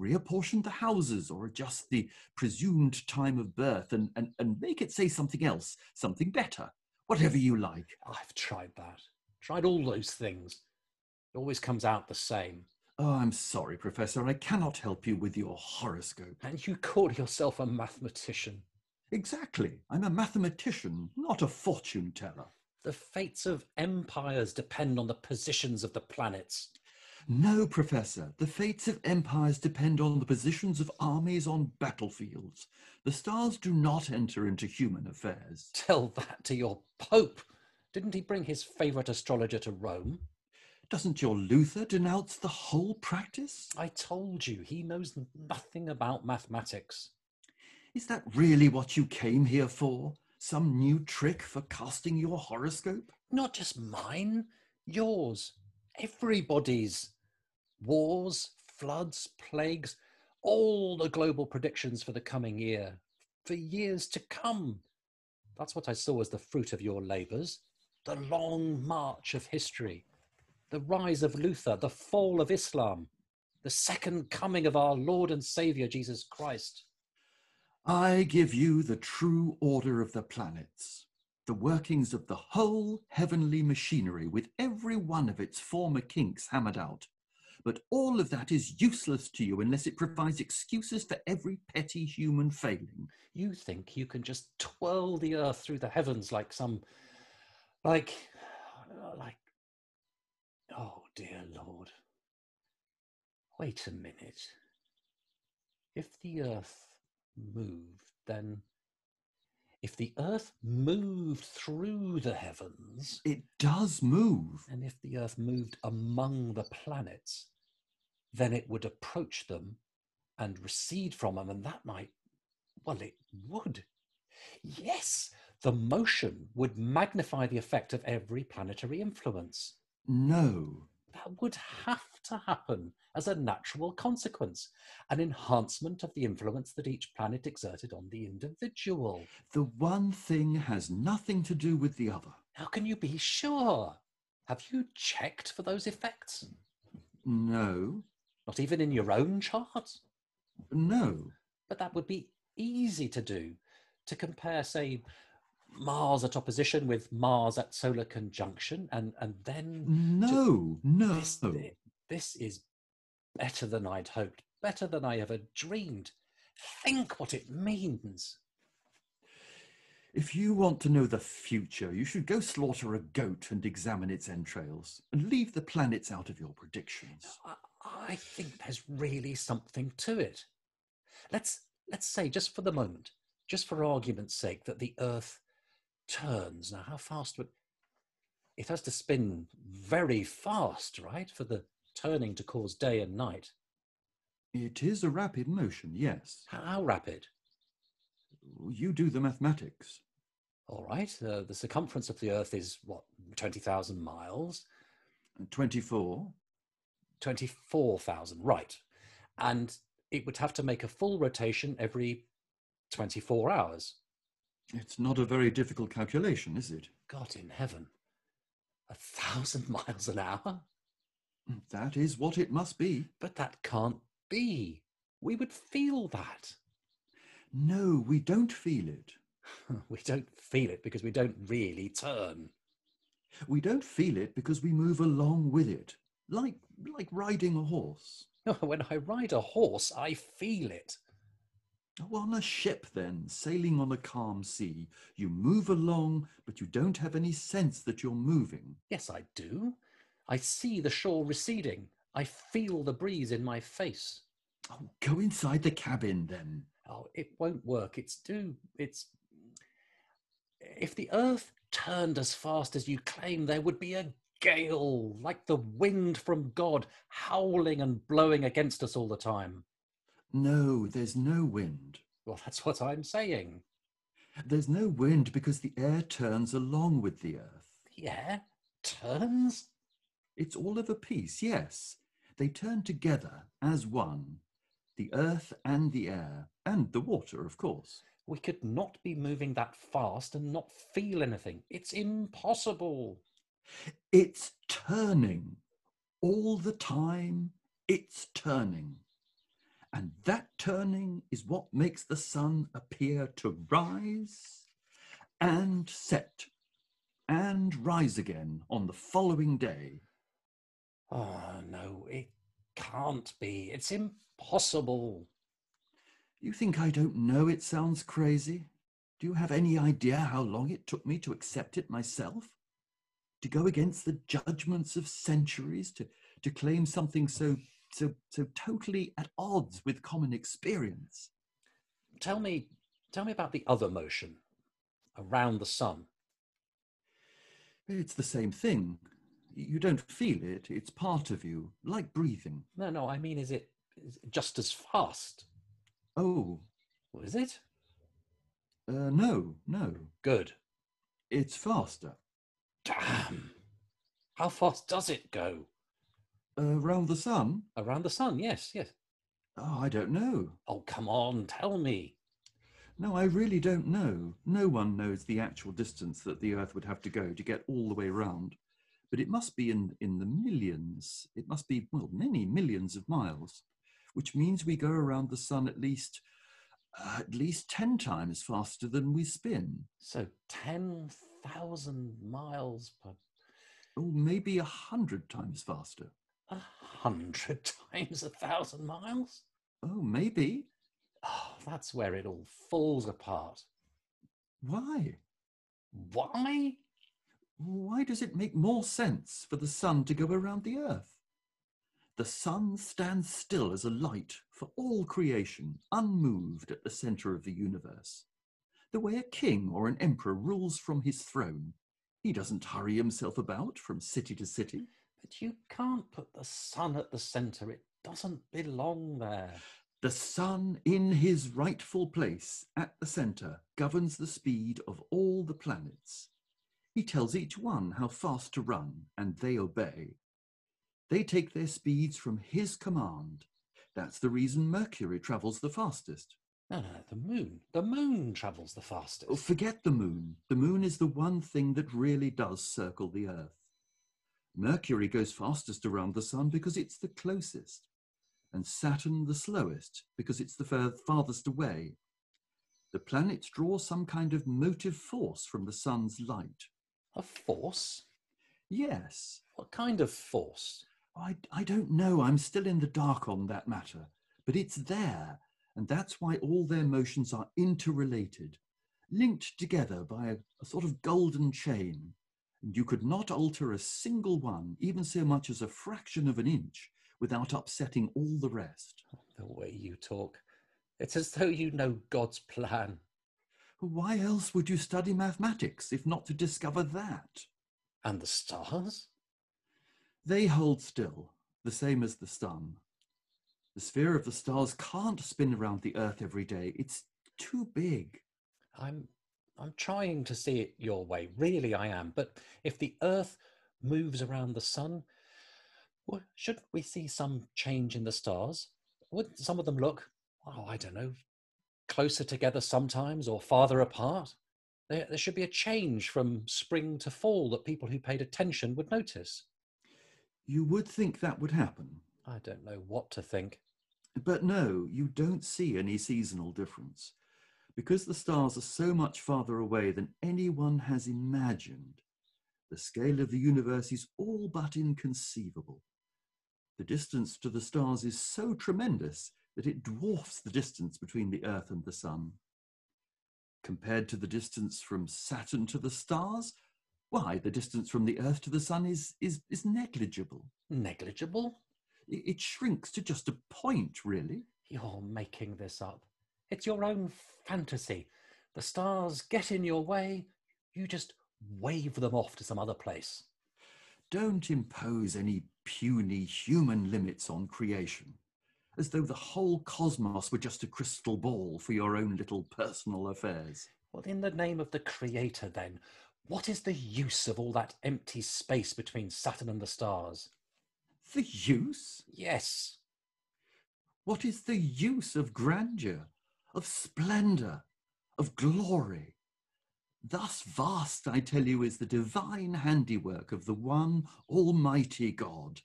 S2: Reapportion the houses or adjust the presumed time of birth and, and, and make it say something else, something better, whatever you like.
S3: I've tried that. Tried all those things. It always comes out the same.
S2: Oh, I'm sorry, Professor, I cannot help you with your horoscope.
S3: And you call yourself a mathematician.
S2: Exactly. I'm a mathematician, not a fortune teller.
S3: The fates of empires depend on the positions of the planets.
S2: No, Professor. The fates of empires depend on the positions of armies on battlefields. The stars do not enter into human affairs.
S3: Tell that to your Pope. Didn't he bring his favourite astrologer to Rome?
S2: Doesn't your Luther denounce the whole practice?
S3: I told you, he knows nothing about mathematics.
S2: Is that really what you came here for? Some new trick for casting your horoscope?
S3: Not just mine, yours, everybody's. Wars, floods, plagues, all the global predictions for the coming year, for years to come. That's what I saw as the fruit of your labours. The long march of history, the rise of Luther, the fall of Islam, the second coming of our Lord and Saviour Jesus Christ.
S2: I give you the true order of the planets, the workings of the whole heavenly machinery with every one of its former kinks hammered out. But all of that is useless to you unless it provides excuses for every petty human failing.
S3: You think you can just twirl the earth through the heavens like some, like, like, oh dear Lord. Wait a minute. If the earth moved, then, if the earth moved through the heavens,
S2: It does move.
S3: and if the earth moved among the planets, then it would approach them and recede from them, and that might, well, it would. Yes, the motion would magnify the effect of every planetary influence.
S2: No.
S3: That would have to happen as a natural consequence, an enhancement of the influence that each planet exerted on the individual.
S2: The one thing has nothing to do with the other.
S3: How can you be sure? Have you checked for those effects?
S2: No.
S3: Not even in your own chart?
S2: No.
S3: But that would be easy to do to compare, say, Mars at opposition with Mars at solar conjunction, and, and then
S2: No. No.
S3: this, this is better than I'd hoped, better than I ever dreamed. Think what it means.
S2: If you want to know the future, you should go slaughter a goat and examine its entrails, and leave the planets out of your predictions.
S3: I, I think there's really something to it. Let's let's say just for the moment, just for argument's sake, that the Earth turns. Now, how fast would it has to spin very fast, right, for the turning to cause day and night?
S2: It is a rapid motion, yes.
S3: How, how rapid?
S2: You do the mathematics.
S3: All right, uh, the circumference of the Earth is what twenty thousand miles,
S2: 24.
S3: twenty-four thousand, right? And it would have to make a full rotation every twenty-four hours.
S2: It's not a very difficult calculation, is it?
S3: God in heaven, a thousand miles an hour?
S2: That is what it must be.
S3: But that can't be. We would feel that.
S2: No, we don't feel it.
S3: We don't feel it because we don't really turn.
S2: We don't feel it because we move along with it, like, like riding a horse.
S3: When I ride a horse, I feel it.
S2: Oh, on a ship, then, sailing on a calm sea, you move along, but you don't have any sense that you're moving.
S3: Yes, I do. I see the shore receding. I feel the breeze in my face.
S2: Oh, go inside the cabin, then.
S3: Oh, it won't work. It's too. It's. If the earth turned as fast as you claim, there would be a gale, like the wind from God, howling and blowing against us all the time.
S2: No, there's no wind.
S3: Well, that's what I'm saying.
S2: There's no wind because the air turns along with the earth.
S3: The air turns?
S2: It's all of a piece, yes. They turn together as one the earth and the air, and the water, of course.
S3: We could not be moving that fast and not feel anything. It's impossible.
S2: It's turning all the time. It's turning. And that turning is what makes the sun appear to rise and set and rise again on the following day.
S3: Oh, no, it can't be. It's impossible.
S2: You think I don't know it sounds crazy? Do you have any idea how long it took me to accept it myself? To go against the judgments of centuries, to, to claim something so, so, so totally at odds with common experience?
S3: Tell me, tell me about the other motion around the sun.
S2: It's the same thing. You don't feel it, it's part of you, like breathing.
S3: No, no, I mean, is it is it just as fast?
S2: Oh,
S3: Well, Is it?
S2: uh, no, no,
S3: Good.
S2: it's faster.
S3: Damn. How fast does it go?
S2: Uh, round the sun?
S3: Around the sun, yes, yes.
S2: Oh, I don't know.
S3: Oh, come on, tell me.
S2: No, I really don't know. No one knows the actual distance that the Earth would have to go to get all the way round, but it must be in, in the millions. It must be, well, many millions of miles, which means we go around the sun at least, uh, at least 10 times faster than we spin,
S3: So 10,000 miles per
S2: or Oh, maybe a 100 times faster.
S3: a hundred times a thousand miles?
S2: Oh, maybe.
S3: Oh, that's where it all falls apart.
S2: Why?
S3: Why?
S2: Why does it make more sense for the sun to go around the earth? The sun stands still as a light for all creation, unmoved at the center of the universe. The way a king or an emperor rules from his throne, he doesn't hurry himself about from city to city.
S3: But you can't put the sun at the center. It doesn't belong there.
S2: The sun, in his rightful place at the center, governs the speed of all the planets. He tells each one how fast to run, and they obey. They take their speeds from his command. That's the reason Mercury travels the fastest.
S3: No, no, no. The moon. The moon travels the fastest.
S2: Oh, forget the moon. The moon is the one thing that really does circle the Earth. Mercury goes fastest around the sun because it's the closest, and Saturn the slowest because it's the fur- farthest away. The planets draw some kind of motive force from the sun's light.
S3: A force?
S2: Yes,
S3: What kind of force?
S2: I, I don't know. I'm still in the dark on that matter. But it's there, and that's why all their motions are interrelated, linked together by a, a sort of golden chain. And you could not alter a single one, even so much as a fraction of an inch, without upsetting all the rest.
S3: The way you talk. It's as though you know God's plan.
S2: Why else would you study mathematics if not to discover that?
S3: And the stars?
S2: They hold still, the same as the sun. The sphere of the stars can't spin around the Earth every day. It's too big.
S3: I'm I'm trying to see it your way. Really I am. But if the earth moves around the sun, well, shouldn't we see some change in the stars? Wouldn't some of them look, oh, I don't know, closer together sometimes or farther apart? There, there should be a change from spring to fall that people who paid attention would notice.
S2: You would think that would happen.
S3: I don't know what to think.
S2: But no, you don't see any seasonal difference. Because the stars are so much farther away than anyone has imagined, the scale of the universe is all but inconceivable. The distance to the stars is so tremendous that it dwarfs the distance between the Earth and the Sun. Compared to the distance from Saturn to the stars, why, the distance from the Earth to the Sun is, is, is negligible.
S3: Negligible?
S2: It, it shrinks to just a point, really.
S3: You're making this up. It's your own fantasy. The stars get in your way, You just wave them off to some other place.
S2: Don't impose any puny human limits on creation, as though the whole cosmos were just a crystal ball for your own little personal affairs.
S3: Well, in the name of the Creator, then, what is the use of all that empty space between Saturn and the stars?
S2: The use?
S3: Yes,
S2: What is the use of grandeur, of splendour, of glory? Thus vast, I tell you, is the divine handiwork of the one almighty God,